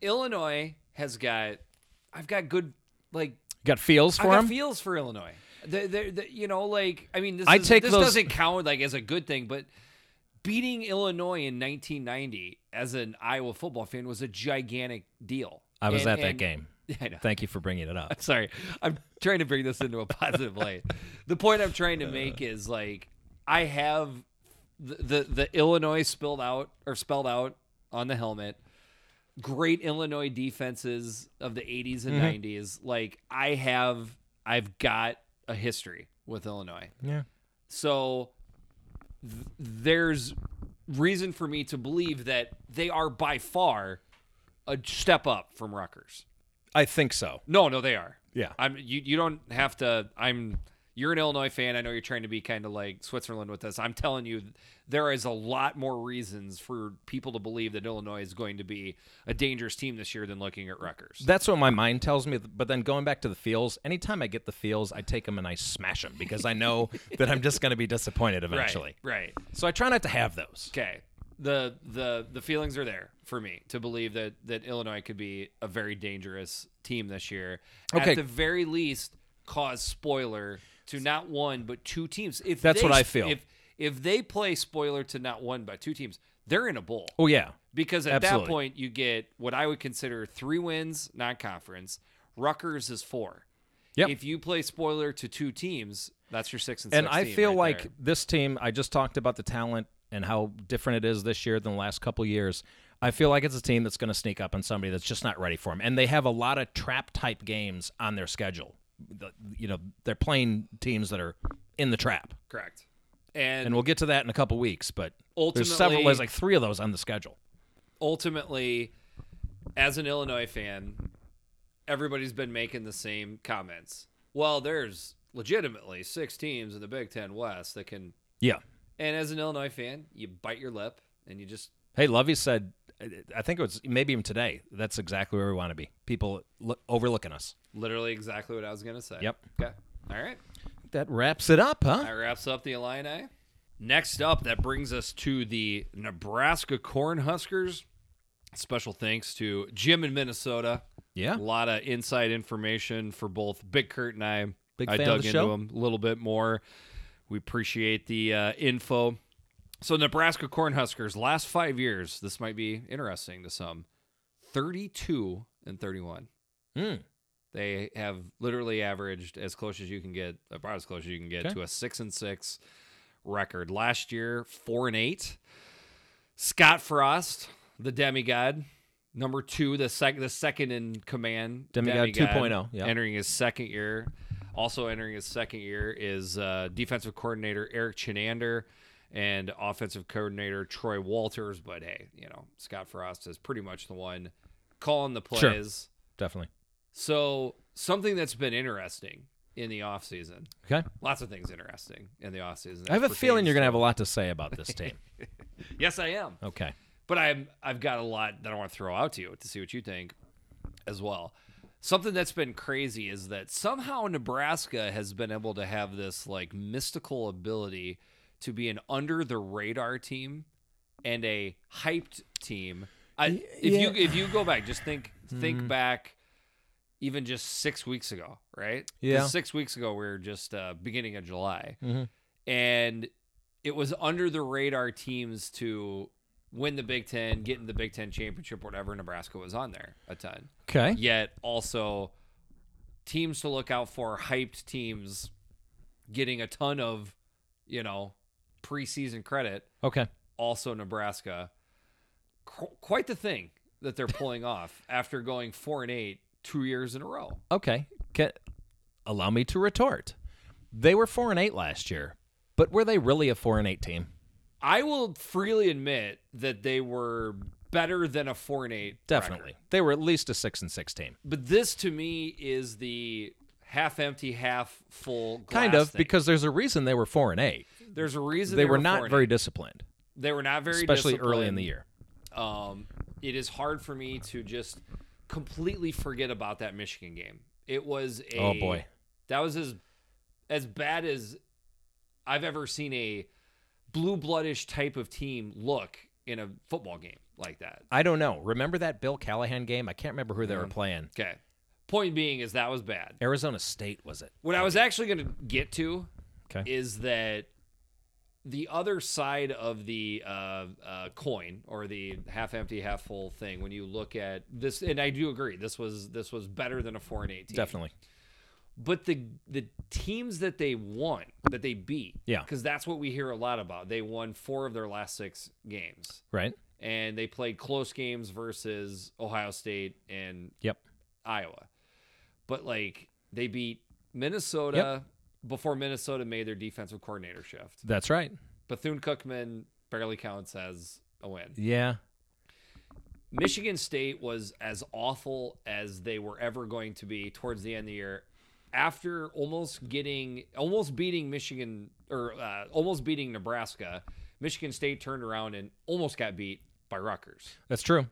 A: illinois has got i've got good like
B: Got feels
A: I
B: for
A: got
B: them.
A: feels for Illinois. They, they, they, you know, like I mean, this,
B: I
A: is,
B: take
A: this
B: those-
A: doesn't count like as a good thing, but beating Illinois in 1990 as an Iowa football fan was a gigantic deal.
B: I was
A: And-
B: at that
A: and-
B: game.
A: I know.
B: Thank you for bringing it up.
A: Sorry, I'm trying to bring this into a positive light. The point I'm trying to make is like I have the the, the Illinois spelled out or spelled out on the helmet. Great Illinois defenses of the 80s and 90s. Like I have, I've got a history with Illinois.
B: Yeah.
A: So th- there's reason for me to believe that they are by far a step up from Rutgers.
B: I think so.
A: No, no, they are.
B: Yeah.
A: I'm you you don't have to I'm you're an Illinois fan. I know you're trying to be kind of like Switzerland with this. I'm telling you, there is a lot more reasons for people to believe that Illinois is going to be a dangerous team this year than looking at Rutgers.
B: That's what my mind tells me. But then going back to the feels, anytime I get the feels, I take them and I smash them because I know that I'm just going to be disappointed eventually.
A: Right. right.
B: So I try not to have those.
A: Okay. The the the feelings are there for me to believe that that Illinois could be a very dangerous team this year.
B: Okay.
A: At the very least, cause spoiler to not one but two teams. If
B: That's
A: they-
B: what I feel.
A: If if they play spoiler to not one but two teams, they're in a bowl.
B: Oh yeah.
A: Because at
B: Absolutely.
A: that point, you get what I would consider three wins, non conference. Rutgers is four.
B: Yep.
A: If you play spoiler to two teams, that's your six and six.
B: And I
A: team
B: feel
A: right
B: like
A: there.
B: this team, I just talked about the talent and how different it is this year than the last couple years. I feel like it's a team that's going to sneak up on somebody that's just not ready for them. And they have a lot of trap type games on their schedule. The- You know, they're playing teams that are in the trap.
A: correct. And,
B: And we'll get to that in a couple weeks, but there's several
A: Ultimately-
B: there's like three of those on the schedule.
A: ultimately, as an Illinois fan, everybody's been making the same comments. Well, there's legitimately six teams in the Big Ten West that can.
B: Yeah.
A: And as an Illinois fan, you bite your lip and you just
B: Hey, Lovey said I think it was maybe even today. That's exactly where we want to be. People look, overlooking us.
A: Literally exactly what I was gonna say.
B: Yep.
A: Okay. All right.
B: That wraps it up, huh?
A: That wraps up the Illini. Next up, that brings us to the Nebraska Cornhuskers. Special thanks to Jim in Minnesota. A
B: Yeah.
A: lot of inside information for both Big Kurt and I.
B: Big
A: I
B: fan of
A: dug
B: the
A: into
B: show.
A: him a little bit more. We appreciate the uh, info. So, Nebraska Cornhuskers, last five years, this might be interesting to some 32 and 31.
B: Mm.
A: They have literally averaged as close as you can get, about as close as you can get
B: Okay.
A: to a six and six record. Last year, four and eight. Scott Frost, the demigod, number two, the second, the second in command,
B: Demigod oh, 2.0, yep.
A: entering his second year. Also entering his second year is uh, defensive coordinator Eric Chenander and offensive coordinator Troy Walters. But hey, you know Scott Frost is pretty much the one calling the plays.
B: Sure. Definitely.
A: So something that's been interesting in the off season.
B: Okay.
A: Lots of things interesting in the off season.
B: I have a feeling you're Oh. going to have a lot to say about this team.
A: Yes, I am.
B: Okay.
A: But I'm I've got a lot that I want to throw out to you to see what you think as well. Something that's been crazy is that somehow Nebraska has been able to have this like mystical ability to be an under the radar team and a hyped team. I, if you
B: yeah. Hmm.
A: if you go back, just think think back even just six weeks ago, right? 'Cause
B: Yeah.
A: Six weeks ago, we were just uh, beginning of July.
B: Mhm.
A: And it was under the radar teams to win the Big Ten, get in the Big Ten championship, whatever. Nebraska was on there a ton.
B: Okay.
A: Yet also teams to look out for, hyped teams getting a ton of, you know, preseason credit.
B: Okay.
A: Also, Nebraska. Qu- quite the thing that they're pulling off after going four and eight two years in a row.
B: Okay. Ca allow me to retort. They were 4 and 8 last year, but were they really a 4 and 8 team?
A: I will freely admit that they were better than a four and eight.
B: Definitely.
A: record.
B: They were at least a 6 and 6 team.
A: But this to me is the half empty, half full. Glass
B: Kind of
A: thing.
B: because there's a reason they were 4 and 8.
A: there's a reason
B: They, were,
A: four
B: not
A: and
B: very
A: eight.
B: disciplined,
A: They were not very,
B: especially early in the
A: disciplined.
B: year.
A: Um, it is hard for me to just completely forget about that Michigan game. It was a
B: Oh, boy.
A: that was as as bad as I've ever seen a blue bloodish type of team look in a football game like that.
B: I don't know. Remember that Bill Callahan game? I can't remember who they were
A: Mhm.
B: playing.
A: Okay. Point being is that was bad.
B: Arizona State was it?
A: What I was actually going to get to
B: Okay.
A: is that the other side of the uh, uh, coin or the half empty, half full thing. When you look at this, and I do agree, this was this was better than a four and eight team.
B: Definitely.
A: But the the teams that they won, that they beat,
B: Yeah.
A: because that's what we hear a lot about. They won four of their last six games,
B: Right?
A: and they played close games versus Ohio State and
B: Yep.
A: Iowa. But like they beat Minnesota before Minnesota made their defensive coordinator shift.
B: That's right.
A: Bethune Cookman barely counts as a win.
B: Yeah.
A: Michigan State was as awful as they were ever going to be towards the end of the year after almost getting almost beating Michigan or uh, almost beating Nebraska. Michigan State turned around and almost got beat by Rutgers.
B: That's true.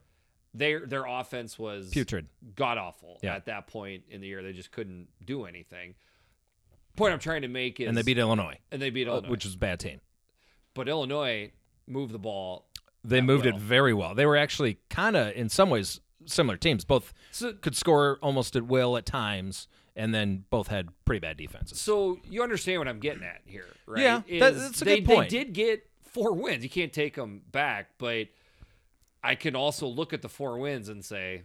A: Their their offense was
B: Putrid.
A: god awful
B: Yeah.
A: at that point in the year. They just couldn't do anything. Point I'm trying to make is
B: And they beat Illinois,
A: and they beat
B: uh,
A: Illinois,
B: which was a bad team.
A: but Illinois moved the ball.
B: They moved it
A: well.
B: very well. They were actually kind of, in some ways, similar teams. Both
A: So
B: could score almost at will at times, and then both had pretty bad defenses.
A: so you understand what I'm getting at here, right?
B: Yeah, that- that's a
A: they,
B: good point.
A: They did get four wins. You can't take them back, but I can also look at the four wins and say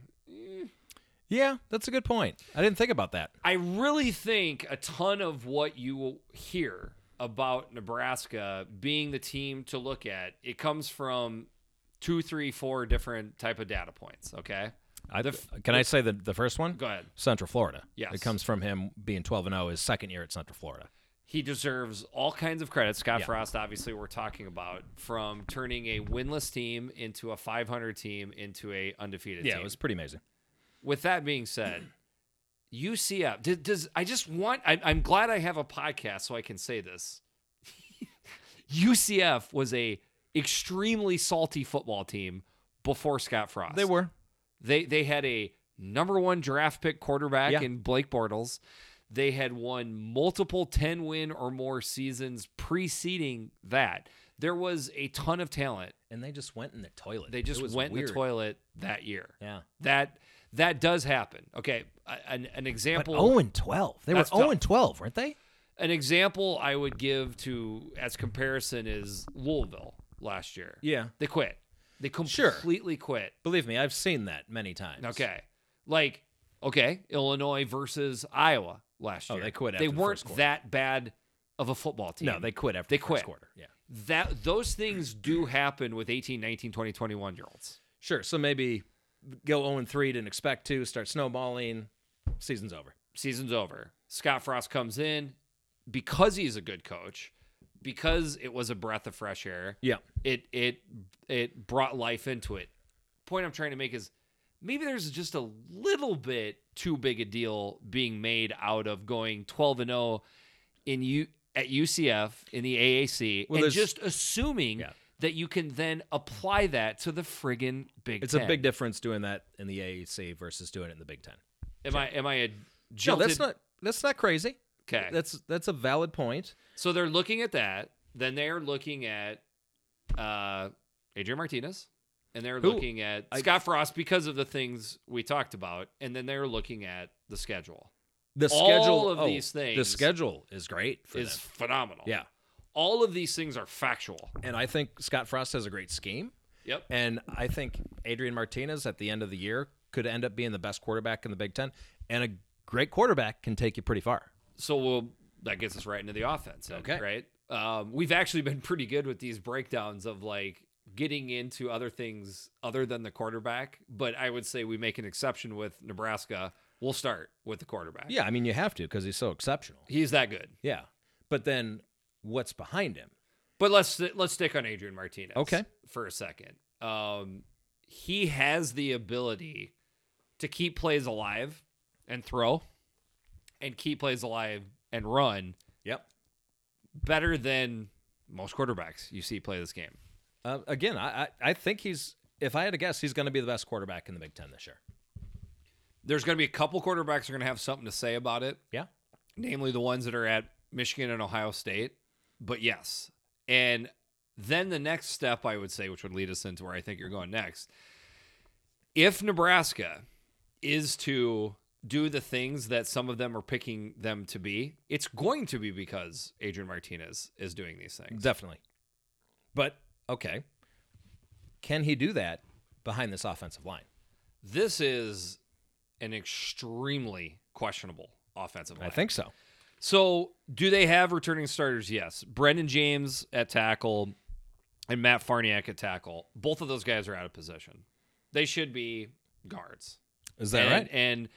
B: Yeah, that's a good point. I didn't think about that.
A: I really think a ton of what you will hear about Nebraska being the team to look at, it comes from two, three, four different type of data points. Okay,
B: I,
A: The f-
B: can I say the, the first one?
A: go ahead.
B: Central Florida.
A: Yes.
B: It comes from him being 12 and 0 his second year at Central Florida.
A: He deserves all kinds of credit. Scott
B: Yeah.
A: Frost, obviously, we're talking about from turning a winless team into a 500 team into a undefeated
B: Yeah,
A: team.
B: it was e, pretty amazing.
A: With that being said, UCF does, does I just want I, I'm glad I have a podcast so I can say this. UCF was a extremely salty football team before Scott Frost.
B: They were.
A: They they had a number one draft pick quarterback
B: Yeah.
A: in Blake Bortles. They had won multiple ten win or more seasons preceding that. There was a ton of talent.
B: And they just went in the toilet.
A: They
B: It
A: just
B: was
A: went in
B: weird.
A: the toilet that year.
B: Yeah.
A: That that does happen. Okay, a- an an
B: But
A: example.
B: 0 and 12. They were
A: That's tough.
B: 0 and 12, weren't they?
A: an example I would give to as comparison is Louisville last year.
B: Yeah.
A: They quit. They
B: Sure.
A: completely quit.
B: Believe me, I've seen that many times.
A: Okay. Like, okay, Illinois versus Iowa last
B: Oh,
A: year.
B: they quit
A: they
B: after the
A: weren't
B: first quarter.
A: that bad of a football team.
B: No, they quit after
A: They
B: the first
A: quit.
B: quarter. Yeah.
A: that those things do happen with 18, 19, 20, 21 year olds.
B: Sure. So maybe go 0 and 3, didn't expect to, start snowballing, season's over.
A: Season's over. Scott Frost comes in because he's a good coach, because it was a breath of fresh air.
B: Yeah.
A: it it it brought life into it. Point I'm trying to make is maybe there's just a little bit too big a deal being made out of going 12 and 0 in you at UCF in the AAC
B: Well,
A: and
B: there's-
A: just assuming
B: Yeah.
A: that you can then apply that to the friggin' Big
B: It's a
A: Ten.
B: big difference doing that in the AAC versus doing it in the Big Ten.
A: Am I am I a
B: No,
A: jilted?
B: that's not that's not crazy.
A: Okay.
B: That's that's a valid point.
A: So they're looking at that. Then they're looking at uh, Adrian Martinez, and they're
B: Who-
A: looking at
B: I-
A: Scott Frost because of the things we talked about, and then they're looking at the schedule.
B: The
A: All
B: schedule oh,
A: of these
B: The
A: things
B: schedule is great for
A: is
B: them.
A: phenomenal.
B: Yeah.
A: all of these things are factual.
B: And I think Scott Frost has a great scheme.
A: Yep.
B: And I think Adrian Martinez at the end of the year could end up being the best quarterback in the Big Ten. And a great quarterback can take you pretty far.
A: So we'll that gets us right into the offense. then,
B: Okay.
A: Right. Um, we've actually been pretty good with these breakdowns of like getting into other things other than the quarterback, but I would say we make an exception with Nebraska. We'll start with the quarterback.
B: Yeah, I mean, you have to because he's so exceptional.
A: He's that good.
B: Yeah. But then what's behind him?
A: But let's let's stick on Adrian Martinez.
B: Okay.
A: For a second. Um he has the ability to keep plays alive and throw and keep plays alive and run
B: Yep.
A: better than most quarterbacks you see play this game.
B: Uh, again, I, I, I think he's, if I had to guess, he's going to be the best quarterback in the Big Ten this year.
A: There's going to be a couple quarterbacks who are going to have something to say about it,
B: Yeah.
A: namely the ones that are at Michigan and Ohio State. But yes. And then the next step, I would say, which would lead us into where I think you're going next, if Nebraska is to do the things that some of them are picking them to be, it's going to be because Adrian Martinez is doing these things.
B: Definitely. But, okay. Can he do that behind this offensive line?
A: This is an extremely questionable offensive line.
B: I think so.
A: So, do they have returning starters? Yes. Brendan James at tackle and Matt Farniak at tackle. Both of those guys are out of position. They should be guards.
B: Is that
A: and,
B: right?
A: And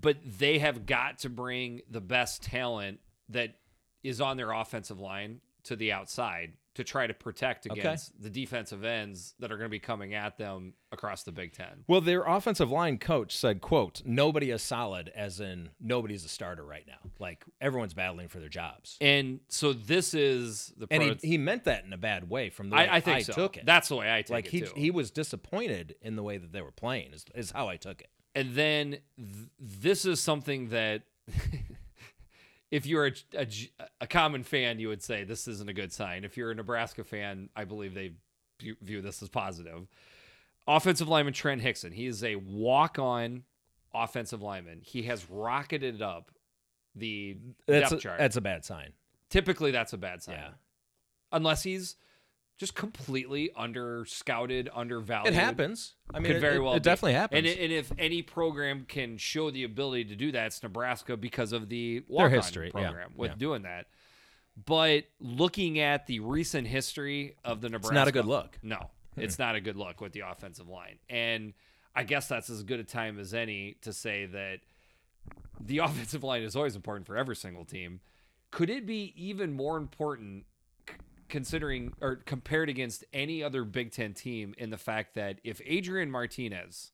A: but they have got to bring the best talent that is on their offensive line to the outside to try to protect against the defensive ends that are going to be coming at them across the Big 10.
B: Well, their offensive line coach said, quote, nobody is solid, as in nobody's a starter right now. Like everyone's battling for their jobs.
A: And so this is the
B: And
A: proto-
B: he, he meant that in a bad way from the way
A: I, I think so.
B: took it.
A: That's the way I take
B: like
A: it
B: he
A: too.
B: he was disappointed in the way that they were playing is, is how I took it.
A: and then th- this is something that if you're a, a G- a common fan you would say this isn't a good sign if you're a nebraska fan i believe they view- view this as positive offensive lineman trent hickson he is a walk-on offensive lineman he has rocketed up the
B: That's a,
A: depth chart
B: that's a bad sign.
A: typically that's a bad sign
B: Yeah.
A: unless he's just completely under scouted undervalued
B: It happens. I mean,
A: could
B: it,
A: very
B: it-
A: well
B: it
A: be.
B: definitely happens.
A: And, i- and if any program can show the ability to do that, it's Nebraska because of the
B: Their
A: walk-on
B: history, yeah,
A: program with
B: yeah.
A: doing that. But looking at the recent history of the Nebraska,
B: not a good look.
A: No, it's not a good look with the offensive line, and I guess that's as good a time as any to say that the offensive line is always important for every single team. Could it be even more important c- considering or compared against any other Big Ten team in the fact that if Adrian Martinez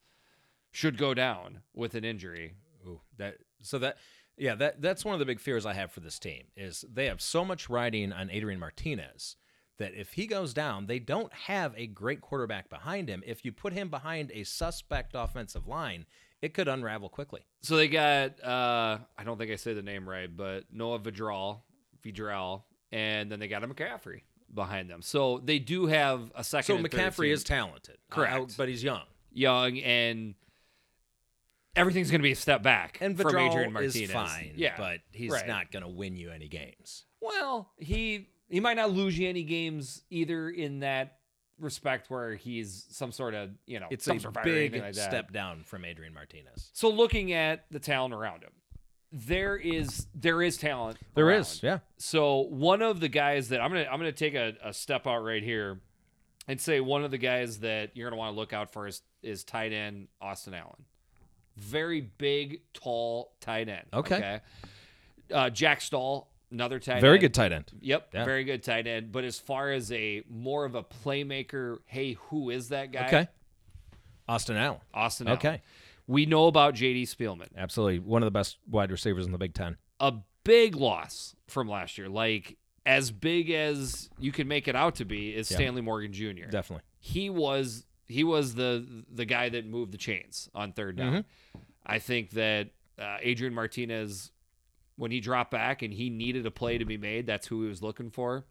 A: should go down with an injury,
B: Ooh, that so that yeah that that's one of the big fears I have for this team is they have so much riding on Adrian Martinez that if he goes down, they don't have a great quarterback behind him. If you put him behind a suspect offensive line, it could unravel quickly.
A: So they got uh I don't think I said the name right, but Noah Vidral, Vidral, and then they got a McCaffrey behind them. So they do have a second.
B: So
A: and third
B: McCaffrey
A: team.
B: is talented, I- I-
A: Correct.
B: but he's young,
A: young and everything's going to be a step back
B: and
A: from
B: Vidal
A: Adrian Martinez.
B: is fine.
A: yeah,
B: but he's
A: right.
B: not going to win you any games.
A: Well, he he might not lose you any games either in that respect where he's some sort of you know
B: It's
A: some
B: a
A: survivor or
B: big
A: anything like that.
B: step down from Adrian Martinez.
A: So looking at the talent around him, there is there is talent.
B: There
A: around.
B: is, yeah.
A: So one of the guys that I'm gonna I'm gonna take a, a step out right here and say one of the guys that you're gonna want to look out for is, is tight end Austin Allen. Very big, tall tight end.
B: Okay.
A: Uh, Jack Stahl, another tight end.
B: Very good tight end.
A: Yep,
B: Yeah.
A: very good tight end. But as far as a more of a playmaker, hey, who is that guy?
B: Okay. Austin Allen.
A: Austin. Allen.
B: Okay.
A: we know about J.D. Spielman.
B: Absolutely. One of the best wide receivers in the Big Ten.
A: a big loss from last year. Like as big as you can make it out to be is Stanley Morgan Jr.
B: Definitely.
A: He was he was the the guy that moved the chains on third down. I think that uh, Adrian Martinez when he dropped back and he needed a play to be made, that's who he was looking for.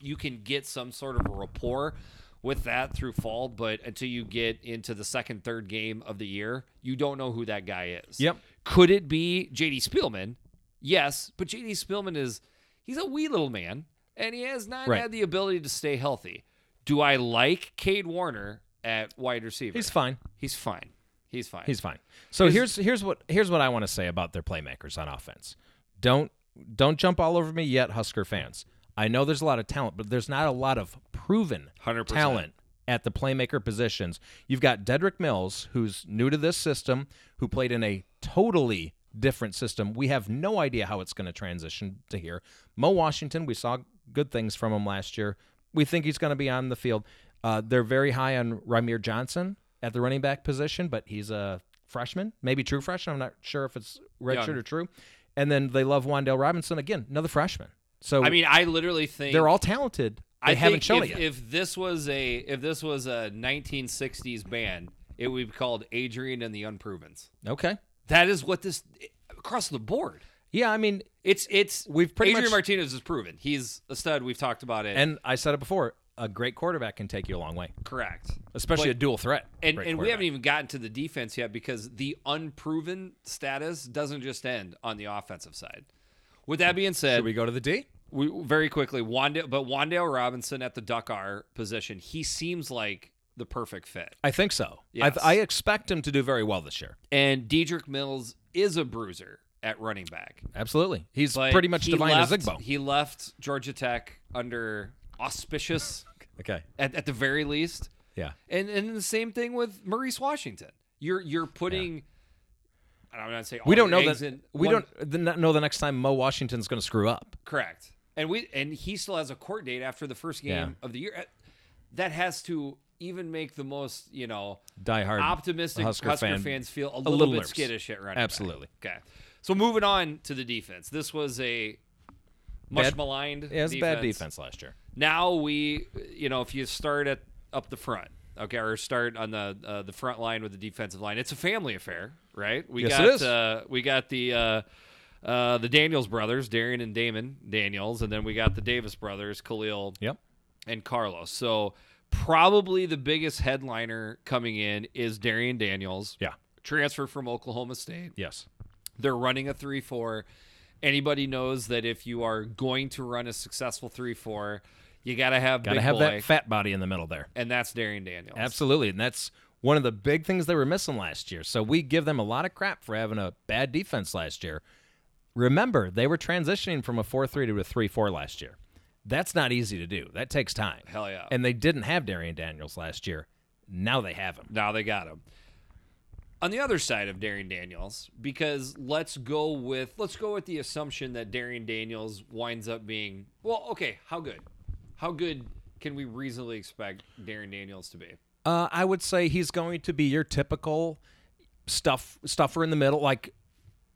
A: You can get some sort of a rapport with that through fall, but until you get into the second, third game of the year, you don't know who that guy is.
B: Yep.
A: Could it be JD Spielman? Yes, but JD Spielman is he's a wee little man and he has not
B: Right.
A: had the ability to stay healthy. Do I like Cade Warner at wide receiver?
B: He's fine.
A: he's fine. He's fine.
B: He's fine. So here's here's what here's what I want to say about their playmakers on offense. Don't don't jump all over me yet, Husker fans. I know there's a lot of talent, but there's not a lot of proven
A: 100%.
B: talent at the playmaker positions. You've got Dedrick Mills, who's new to this system, who played in a totally different system. We have no idea how it's going to transition to here. Mo Washington, we saw good things from him last year. We think he's going to be on the field. Uh, they're very high on Ramir Johnson at the running back position, but he's a freshman, maybe true freshman. I'm not sure if it's redshirt
A: Young.
B: or true. And then they love Wandale Robinson again, another freshman. So
A: I mean, I literally think
B: they're all talented. They
A: I
B: haven't
A: think
B: shown
A: if,
B: it yet.
A: If this was a if this was a 1960s band, it would be called Adrian and the Unprovens.
B: okay.
A: That is what this across the board.
B: Yeah, I mean,
A: It's it's
B: We've pretty
A: Adrian
B: much-
A: Martinez is proven. He's a stud. We've talked about it.
B: And I said it before, a great quarterback can take you a long way,
A: correct.
B: especially a dual threat.
A: And
B: great
A: and we haven't
B: quarterback.
A: even gotten to the defense yet because the unproven status doesn't just end on the offensive side. With that being said,
B: Should we go to the D?
A: we very quickly Wanda, but Wandale Robinson at the Duck R position, he seems like the perfect fit.
B: I think so.
A: Yes.
B: I, I expect him to do very well this year.
A: And Diedrich Mills is a bruiser at running back.
B: Absolutely, he's
A: But
B: pretty much
A: he
B: divine as
A: left-
B: Zigbo.
A: He left Georgia Tech under auspicious,
B: Okay,
A: at, at the very least.
B: yeah,
A: And and the same thing with Maurice Washington. You're you're putting. I don't want to say all
B: we don't
A: your
B: know
A: eggs
B: that.
A: in
B: We
A: one-
B: don't the, know the next time Mo Washington's going to screw up.
A: Correct. And we and he still has a court date after the first game
B: Yeah.
A: of the year. That has to even make the most you know
B: Die hard
A: optimistic Husker,
B: Husker, fan.
A: fans feel a little,
B: little
A: bit
B: nervous.
A: skittish at running. back.
B: Absolutely.
A: Okay. So moving on to the defense. This was a much
B: Bad-
A: maligned.
B: Yeah, it was a bad defense last year.
A: Now we, you know, if you start at up the front, okay, or start on the uh, the front line with the defensive line, it's a family affair, right? We
B: Yes, it
A: got
B: is.
A: Uh, we got the. Uh, uh, the Daniels brothers, Darian and Damon Daniels, and then we got the Davis brothers, Khalil
B: Yep.
A: and Carlos. So probably the biggest headliner coming in is Darian Daniels.
B: Yeah.
A: Transfer from Oklahoma State.
B: Yes.
A: They're running a 3 4. Anybody knows that if you are going to run a successful 3 4, you got to have
B: Got to
A: big
B: have
A: boy.
B: that fat body in the middle there.
A: and that's Darian Daniels.
B: Absolutely, and that's one of the big things they were missing last year. So we give them a lot of crap for having a bad defense last year. Remember, they were transitioning from a 4-3 to a 3-4 last year. That's not easy to do. That takes time.
A: Hell yeah.
B: And they didn't have Darian Daniels last year. Now they have him.
A: Now they got him. On the other side of Darian Daniels, because let's go with let's go with the assumption that Darian Daniels winds up being well, okay, how good? How good can we reasonably expect Darian Daniels to be?
B: Uh, I would say he's going to be your typical stuff stuffer in the middle, like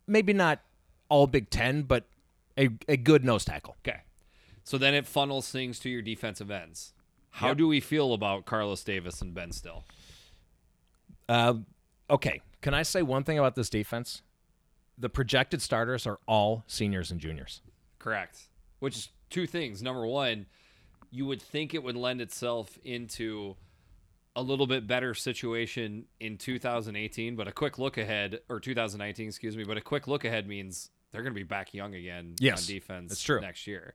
B: maybe not all Big Ten, but a, a good nose tackle.
A: Okay. So then it funnels things to your defensive ends. How do we feel about Carlos Davis and Ben Still?
B: Uh, okay. Can I say one thing about this defense? The projected starters are all seniors and juniors.
A: Correct. Which is two things. Number one, you would think it would lend itself into a little bit better situation in 2018, but a quick look ahead, or 2019, excuse me, but a quick look ahead means they're going to be back young again
B: Yes,
A: on defense
B: that's true.
A: next year.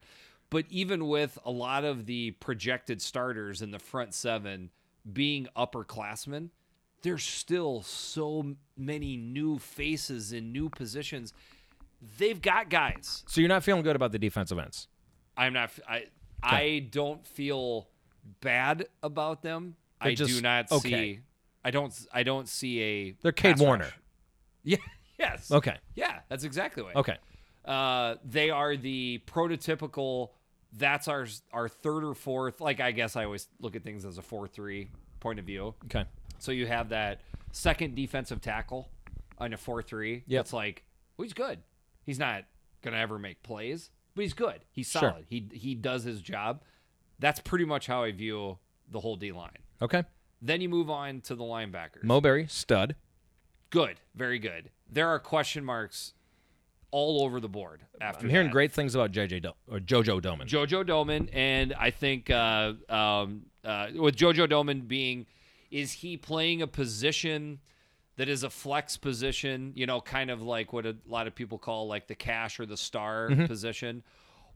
A: But even with a lot of the projected starters in the front seven being upperclassmen, there's still so m- many new faces in new positions. They've got guys.
B: So you're not feeling good about the defensive ends.
A: I'm not. I I don't feel bad about them. I
B: They're
A: do
B: just
A: not
B: okay.
A: see. I don't. I don't see a.
B: They're Cade
A: pass
B: Warner.
A: rush. Yeah. Yes.
B: Okay.
A: Yeah. That's exactly right.
B: Okay.
A: Uh, they are the prototypical. That's our our third or fourth. Like I guess I always look at things as a four three point of view.
B: Okay.
A: So you have that second defensive tackle on a 4 3.
B: Yep.
A: It's like, well, he's good. He's not going to ever make plays, but he's good. He's
B: Sure.
A: solid. He, he does his job. That's pretty much how I view the whole D line.
B: Okay.
A: Then you move on to the linebackers.
B: Moberry, stud.
A: good. Very good. There are question marks all over the board after
B: I'm hearing
A: that.
B: great things about JJ Do- or JoJo Doman.
A: JoJo Doman, and I think uh, um, uh, with JoJo Doman being, is he playing a position that is a flex position? You know, kind of like what a lot of people call like the cash or the star
B: Mm-hmm.
A: position.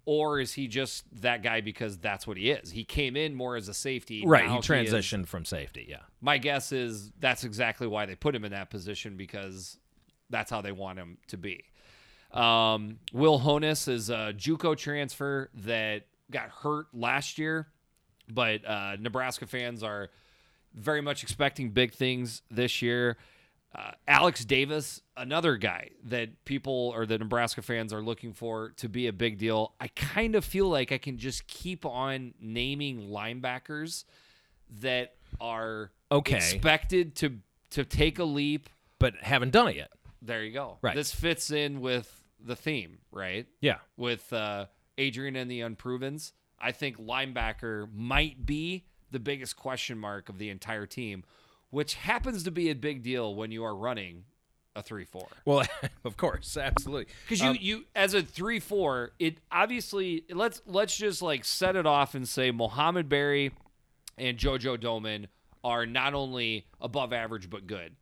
A: Or is he just that guy because that's what he is? He came in more as a safety.
B: right.
A: Now
B: He
A: is-
B: transitioned from safety. Yeah.
A: my guess is that's exactly why they put him in that position because that's how they want him to be. Um, Will Honus is a JUCO transfer that got hurt last year, but uh, Nebraska fans are very much expecting big things this year. Uh, Alex Davis, another guy that people or the Nebraska fans are looking for to be a big deal. I kind of feel like I can just keep on naming linebackers that are
B: Okay.
A: expected to to take a leap.
B: But haven't done it yet.
A: There you go.
B: Right.
A: This fits in with the theme, right?
B: Yeah.
A: With uh, Adrian and the Unprovens, I think linebacker might be the biggest question mark of the entire team, which happens to be a big deal when you are running a three-four.
B: Well, of course. Absolutely. Uh,
A: Because you, you as a three four, it obviously let's let's just like set it off and say Mohammed Berry and JoJo Doman are not only above average but good.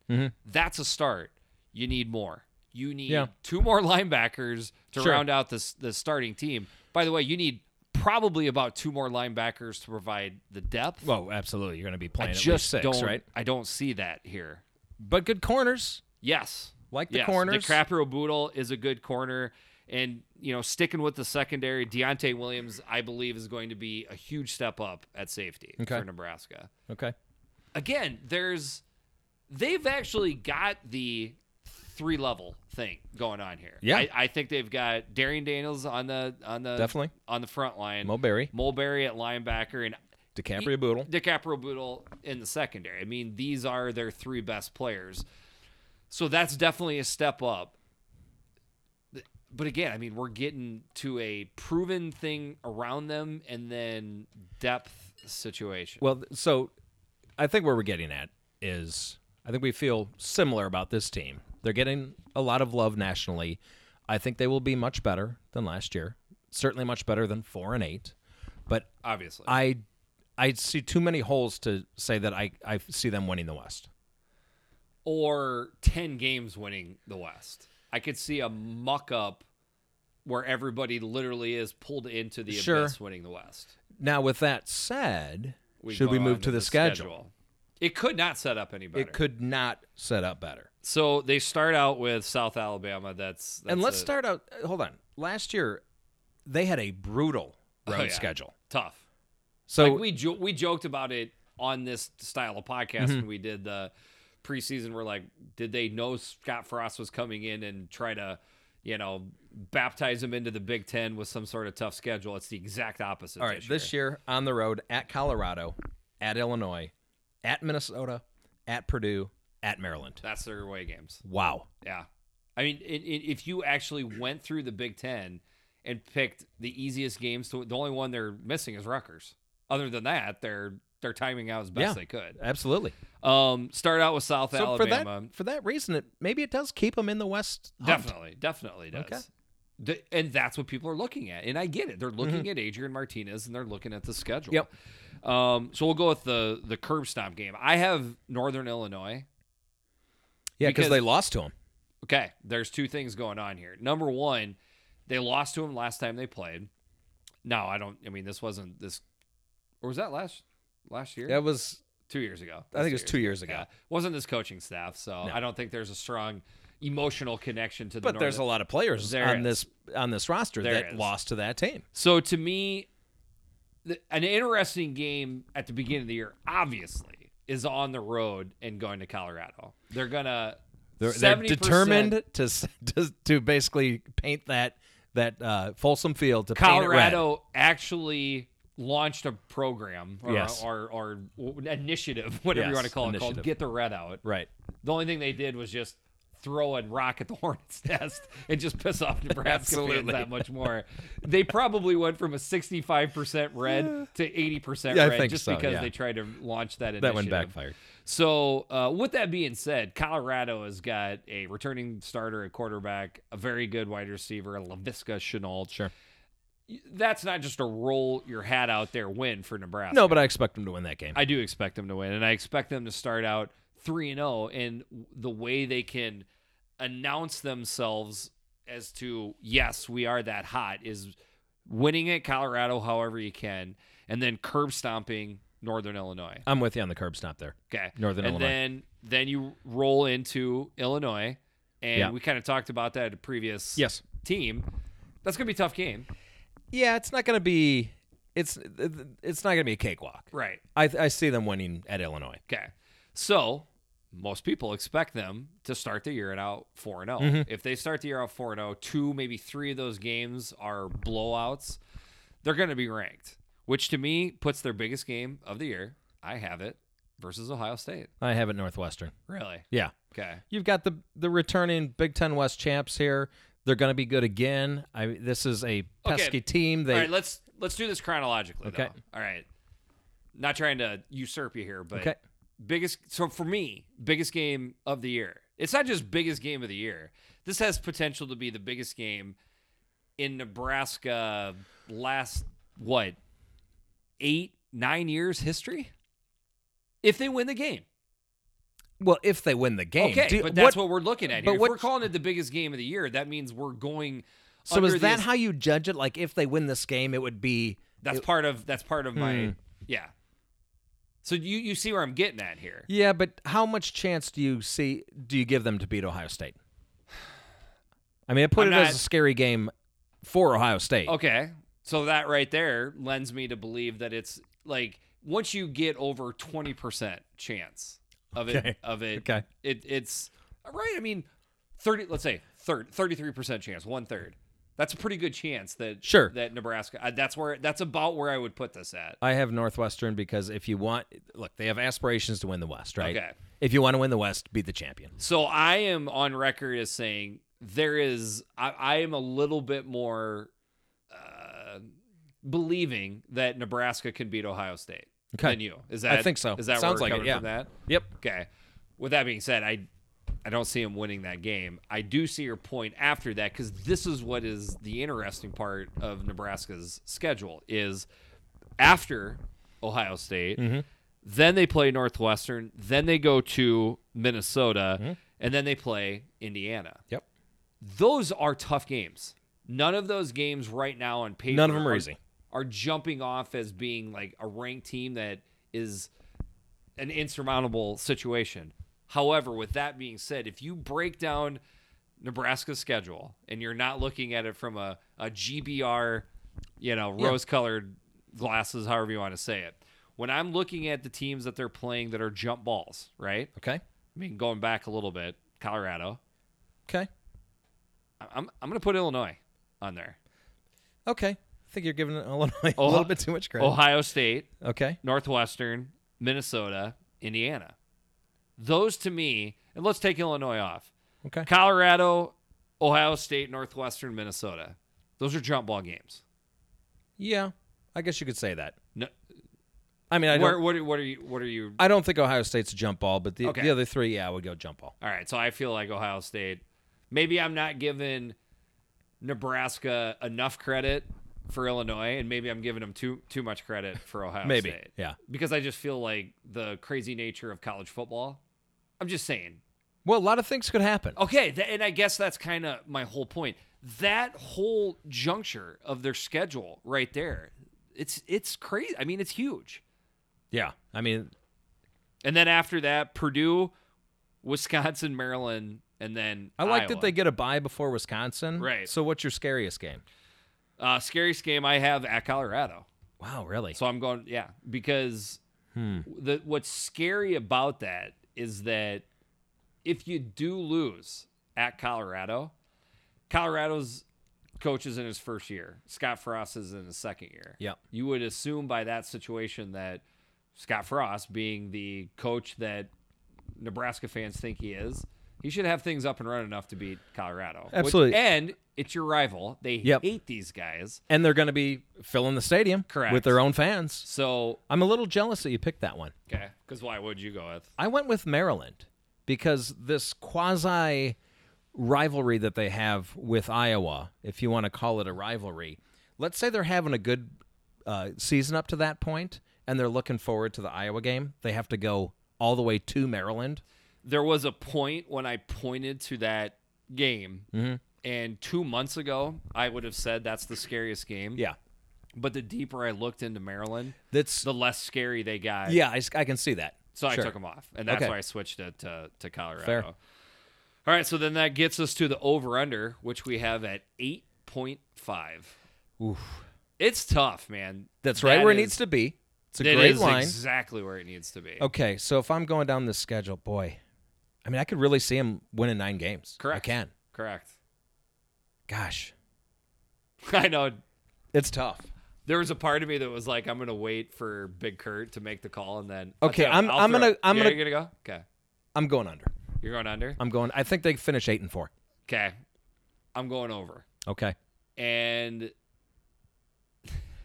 A: That's a start. You need more. You need
B: Mm-hmm. Yeah.
A: two more linebackers to
B: Sure.
A: round out this the starting team. By the way, you need probably about two more linebackers to provide the depth.
B: Well, absolutely. You're going to be playing
A: I
B: at least
A: just
B: 6
A: don't
B: right?
A: I don't see that here.
B: But good corners.
A: Yes.
B: Like the
A: yes.
B: corners.
A: DiCaprio Boodle is a good corner. And, you know, sticking with the secondary, Deontay Williams, I believe, is going to be a huge step up at safety
B: Okay.
A: for Nebraska.
B: Okay.
A: Again, there's they've actually got the three level thing going on here.
B: Yeah.
A: I, I think they've got Darian Daniels on the on the
B: Definitely.
A: on the front line.
B: Mulberry,
A: Mulberry at linebacker and
B: DiCaprio Boodle.
A: DiCaprio Boodle in the secondary. I mean, these are their three best players. So that's definitely a step up. But again, I mean, we're getting to a proven thing around them and then depth situation.
B: Well, th- so I think where we're getting at is I think we feel similar about this team. They're getting a lot of love nationally. I think they will be much better than last year. Certainly much better than 4 and 8. But
A: obviously.
B: I I see too many holes to say that I I see them winning the West.
A: or 10 games winning the West. I could see a muck up where everybody literally is pulled into the
B: Sure.
A: abyss winning the West.
B: Now with that said, should
A: go
B: we
A: on
B: move to the, schedule?
A: It could not set up any better.
B: It could not set up better.
A: So they start out with South Alabama. That's, that's
B: and let's
A: a
B: start out uh, hold on. Last year they had a brutal
A: Oh,
B: road
A: yeah.
B: schedule.
A: tough.
B: So
A: like we jo- we joked about it on this style of podcast
B: Mm-hmm.
A: when we did the preseason. We're like, did they know Scott Frost was coming in and try to, you know, baptize him into the Big Ten with some sort of tough schedule? It's the exact opposite.
B: All right, this year on the road at Colorado, at Illinois, at Minnesota, at Purdue, at Maryland.
A: that's their away games.
B: Wow.
A: Yeah, I mean, i i if you actually went through the Big Ten and picked the easiest games to the only one they're missing is Rutgers. Other than that, they're they're timing out as best
B: Yeah.
A: they could.
B: Absolutely.
A: Um, start out with South
B: so
A: Alabama.
B: for that for that reason, it maybe it does keep them in the West. hunt.
A: Definitely, definitely does.
B: Okay.
A: The- and that's what people are looking at. And I get it. They're looking at Adrian Martinez and they're looking at the schedule.
B: Mm-hmm. Yep.
A: Um, so we'll go with the the curb stomp game. I have Northern Illinois.
B: Yeah, because
A: Because-
B: they lost to them.
A: Okay, there's two things going on here. Number one, they lost to him last time they played. No, I don't. I mean, this wasn't this, or was that last last year?
B: That was
A: two years ago.
B: I think it
A: That's
B: was two years ago.
A: Yeah, wasn't this coaching staff? So I don't think there's a strong emotional connection to the.
B: But there's a
A: Northern-
B: lot of players
A: There
B: on
A: is.
B: this on this roster
A: There
B: that
A: is.
B: lost to that team.
A: So to me, the, an interesting game at the beginning of the year, obviously, is on the road and going to Colorado. They're gonna.
B: They're, they're
A: 70%
B: determined to, s- to to basically paint that that uh, Folsom Field to Paint it red.
A: Colorado actually launched a program or,
B: Yes.
A: or, or, w- initiative, whatever
B: Yes,
A: you want to call it, called
B: initiative.
A: Get the Red Out.
B: Right.
A: The only thing they did was just throw a rock at the Hornets' nest and just piss off Nebraska fans
B: Absolutely.
A: that much more. They probably went from a 65% red to 80%
B: Yeah, I
A: red
B: think
A: just
B: so,
A: because
B: yeah.
A: they tried to launch that initiative.
B: That one backfired.
A: So, uh, with that being said, Colorado has got a returning starter, a quarterback, a very good wide receiver, a LaVisca Chenault.
B: Sure.
A: That's not just a roll your hat out there win for Nebraska.
B: No, but I expect them to win that game.
A: I do expect them to win, and I expect them to start out three and zero. And the way they can announce themselves as to yes, we are that hot is winning at Colorado, however you can, and then curb stomping Northern Illinois.
B: I'm with you on the curb stop there.
A: Okay,
B: Northern
A: and
B: Illinois.
A: then then you roll into Illinois, and
B: Yeah.
A: we kind of talked about that at a previous
B: Yes.
A: team. That's gonna be a tough game,
B: Yeah, it's not going to be it's it's not going to be a cakewalk.
A: right?
B: I I see them winning at Illinois.
A: Okay. So most people expect them to start the year out 4 0.
B: Mm-hmm.
A: If they start the year out 4 0, two, maybe three of those games are blowouts, they're going to be ranked, which to me puts their biggest game of the year. I have it versus Ohio State.
B: I have it Northwestern.
A: Really?
B: Yeah.
A: Okay.
B: You've got the the returning Big 10 West champs here. They're going to be good again. I this is a pesky team. They
A: All right, let's let's do this chronologically.
B: Okay.
A: though. All right. Not trying to usurp you here, but
B: Okay.
A: biggest so for me, biggest game of the year. It's not just biggest game of the year. This has potential to be the biggest game in Nebraska last what? 8 9 years history? If they win the game.
B: well, if they win the game.
A: Okay,
B: do-
A: but that's what, we're looking at
B: but
A: here. If
B: what-
A: we're calling it the biggest game of the year, that means we're going
B: So
A: under
B: is that
A: this-
B: how you judge it? Like if they win this game, it Hmm. would be
A: That's part of that's part of my yeah. So you you see where I'm getting at here?
B: Yeah, but how much chance do you see do you give them to beat Ohio State? I mean, I put
A: I'm
B: it
A: not-
B: as a scary game for Ohio State.
A: Okay, so that right there lends me to believe that it's like once you get over twenty percent chance of it
B: Okay.
A: of it,
B: Okay.
A: it it's right. I mean, thirty. Let's say third thirty three percent chance, one third. That's a pretty good chance that
B: Sure.
A: that Nebraska. I, that's where that's about where I would put this at.
B: I have Northwestern because if you want, look, they have aspirations to win the West, right?
A: Okay.
B: If you want to win the West, be the champion.
A: So I am on record as saying there is. I, I am a little bit more uh, believing that Nebraska can beat Ohio State
B: Okay.
A: than you. Is that?
B: think so.
A: Is that
B: Sounds
A: where
B: like
A: we're coming
B: it, yeah.
A: from that?
B: Yep.
A: Okay. With that being said, I I don't see him winning that game. I do see your point after that because this is what is the interesting part of Nebraska's schedule is after Ohio State, then they play Northwestern, then they go to Minnesota, and then they play Indiana.
B: Yep.
A: Those are tough games. None of those games right now on paper
B: None of 'em are easy.
A: Are jumping off as being like a ranked team that is an insurmountable situation. However, with that being said, if you break down Nebraska's schedule and you're not looking at it from a, a GBR, you know, rose colored glasses, however you want to say it, when I'm looking at the teams that they're playing that are jump balls, right?
B: Okay.
A: I mean, going back a little bit, Colorado,
B: Okay.
A: I- I'm, I'm going to put Illinois on there,
B: Okay. I think you're giving Illinois a
A: Ohio-
B: little bit too much credit.
A: Ohio State,
B: Okay.
A: Northwestern, Minnesota, Indiana. Those to me, and let's take Illinois off.
B: Okay.
A: Colorado, Ohio State, Northwestern, Minnesota. Those are jump ball games.
B: Yeah, I guess you could say that.
A: No,
B: I mean, I
A: where,
B: don't,
A: what are, what are you? What are you?
B: I don't think Ohio State's a jump ball, but the,
A: Okay.
B: the other three, yeah, I would go jump ball.
A: All right, so I feel like Ohio State. Maybe I'm not giving Nebraska enough credit for Illinois, and maybe I'm giving them too too much credit for Ohio
B: Maybe,
A: State.
B: yeah.
A: because I just feel like the crazy nature of college football. I'm just saying.
B: Well, a lot of things could happen.
A: Okay, tha- and I guess that's kind of my whole point. That whole juncture of their schedule right there, it's it's crazy. I mean, it's huge.
B: Yeah, I mean,
A: And then after that, Purdue, Wisconsin, Maryland, and then
B: I like that
A: Iowa.
B: they get a bye before Wisconsin.
A: Right.
B: So, what's your scariest game?
A: Uh, scariest game I have at Colorado.
B: Wow, really?
A: So I'm going, yeah, because
B: Hmm.
A: the what's scary about that is that if you do lose at Colorado, Colorado's coach is in his first year. Scott Frost is in his second year.
B: Yep.
A: You would assume by that situation that Scott Frost, being the coach that Nebraska fans think he is, he should have things up and running enough to beat Colorado. Which-
B: Absolutely.
A: and it's your rival. They
B: Yep.
A: hate these guys.
B: and they're going to be filling the stadium
A: Correct.
B: with their own fans.
A: So
B: I'm a little jealous that you picked that one.
A: Okay. Because why would you go with?
B: I went with Maryland because this quasi rivalry that they have with Iowa, if you want to call it a rivalry, let's say they're having a good uh, season up to that point and they're looking forward to the Iowa game, they have to go all the way to Maryland.
A: There was a point when I pointed to that game,
B: Mm-hmm.
A: and two months ago, I would have said that's the scariest game.
B: Yeah.
A: But the deeper I looked into Maryland,
B: That's
A: the less scary they got.
B: yeah, I, s- I can see that.
A: So I
B: Sure.
A: took them off, and that's
B: Okay.
A: why I switched it to, to Colorado.
B: Fair.
A: All right. So then that gets us to the over under, which we have at 8.5.
B: Oof.
A: It's tough, man.
B: That's right
A: That
B: where it
A: is-
B: needs to be. It's a
A: that
B: great
A: is
B: line.
A: exactly where it needs to be.
B: Okay, so if I'm going down this schedule, boy, I mean, I could really see him winning nine games. I
A: Correct.
B: can.
A: Correct.
B: Gosh,
A: I know
B: it's tough.
A: There was a part of me that was like, I'm gonna wait for Big Kurt to make the call, and then
B: Okay,
A: I'll tell you
B: I'm-
A: what, I'll
B: I'm
A: throw-
B: gonna- I'm
A: Yeah,
B: gonna-
A: you're gonna go. Okay,
B: I'm going under.
A: you're going under.
B: I'm going. I think they finish eight and four.
A: Okay, I'm going over,
B: Okay.
A: and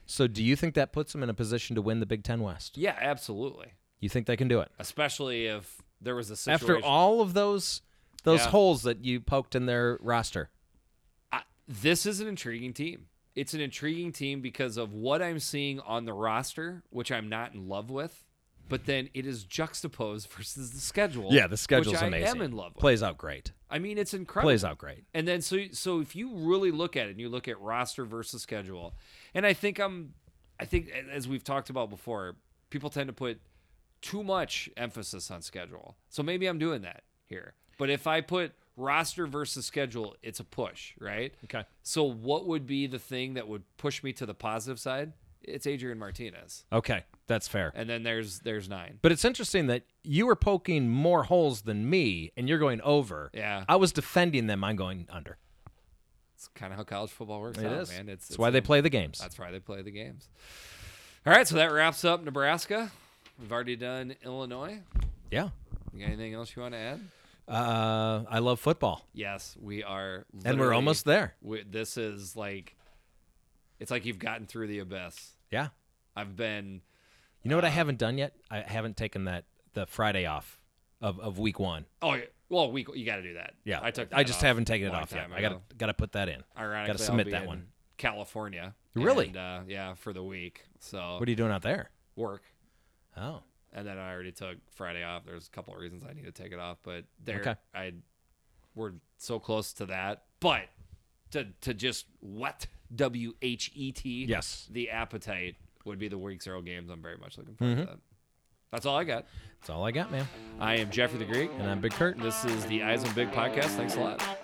B: So do you think that puts them in a position to win the Big Ten West?
A: yeah, absolutely.
B: You think they can do it
A: Especially if there was a situation.
B: after all of those those
A: Yeah.
B: holes that you poked in their roster?
A: I- this is an intriguing team. It's an intriguing team because of what I'm seeing on the roster, which I'm not in love with, but then it is juxtaposed versus the schedule. which I am in love with.
B: Plays out great.
A: I mean, it's incredible.
B: Plays out great.
A: And then so so if you really look at it and you look at roster versus schedule, and I think I'm I think a- as we've talked about before, people tend to put too much emphasis on schedule. So maybe I'm doing that here. But if I put roster versus schedule, it's a push, right?
B: Okay.
A: So what would be the thing that would push me to the positive side? It's Adrian Martinez.
B: Okay, that's fair.
A: And then there's there's nine.
B: But it's interesting that you were poking more holes than me, and you're going over.
A: Yeah.
B: I was defending them. I'm going under.
A: It's kind of how college football works
B: It
A: out,
B: is.
A: man. It's,
B: That's why they
A: play.
B: play the games.
A: That's why they play the games. All right, so that wraps up Nebraska. We've already done Illinois.
B: yeah.
A: You got anything else you want to add?
B: Uh, I love football,
A: Yes, we are.
B: and we're
A: literally-
B: almost there.
A: we- this is like, it's like you've gotten through the abyss.
B: Yeah.
A: I've been. Uh.
B: You know what I haven't done yet? I haven't taken that the Friday off of, of week one.
A: Oh, yeah, well, we you got to do that.
B: Yeah,
A: I took.
B: I
A: that
B: just
A: off
B: haven't taken
A: a
B: it
A: long
B: off yet.
A: time
B: I gotta
A: ago.
B: gotta put that in.
A: Ironically,
B: gotta
A: I'll
B: submit
A: be
B: that
A: in
B: one.
A: California.
B: Really?
A: And, uh, yeah, for the week. So
B: What are you doing out there?
A: work.
B: Oh,
A: and then I already took Friday off. There's a couple of reasons I need to take it off, but there
B: Okay.
A: I we're so close to that. But to to just what W H E T
B: Yes.
A: the appetite would be the week zero games. I'm very much looking forward
B: Mm-hmm.
A: to that. That's all I got.
B: that's all I got, man.
A: I am Jeffrey the Greek.
B: And I'm Big Kurt.
A: This is the Eyes on Big podcast. Thanks a lot.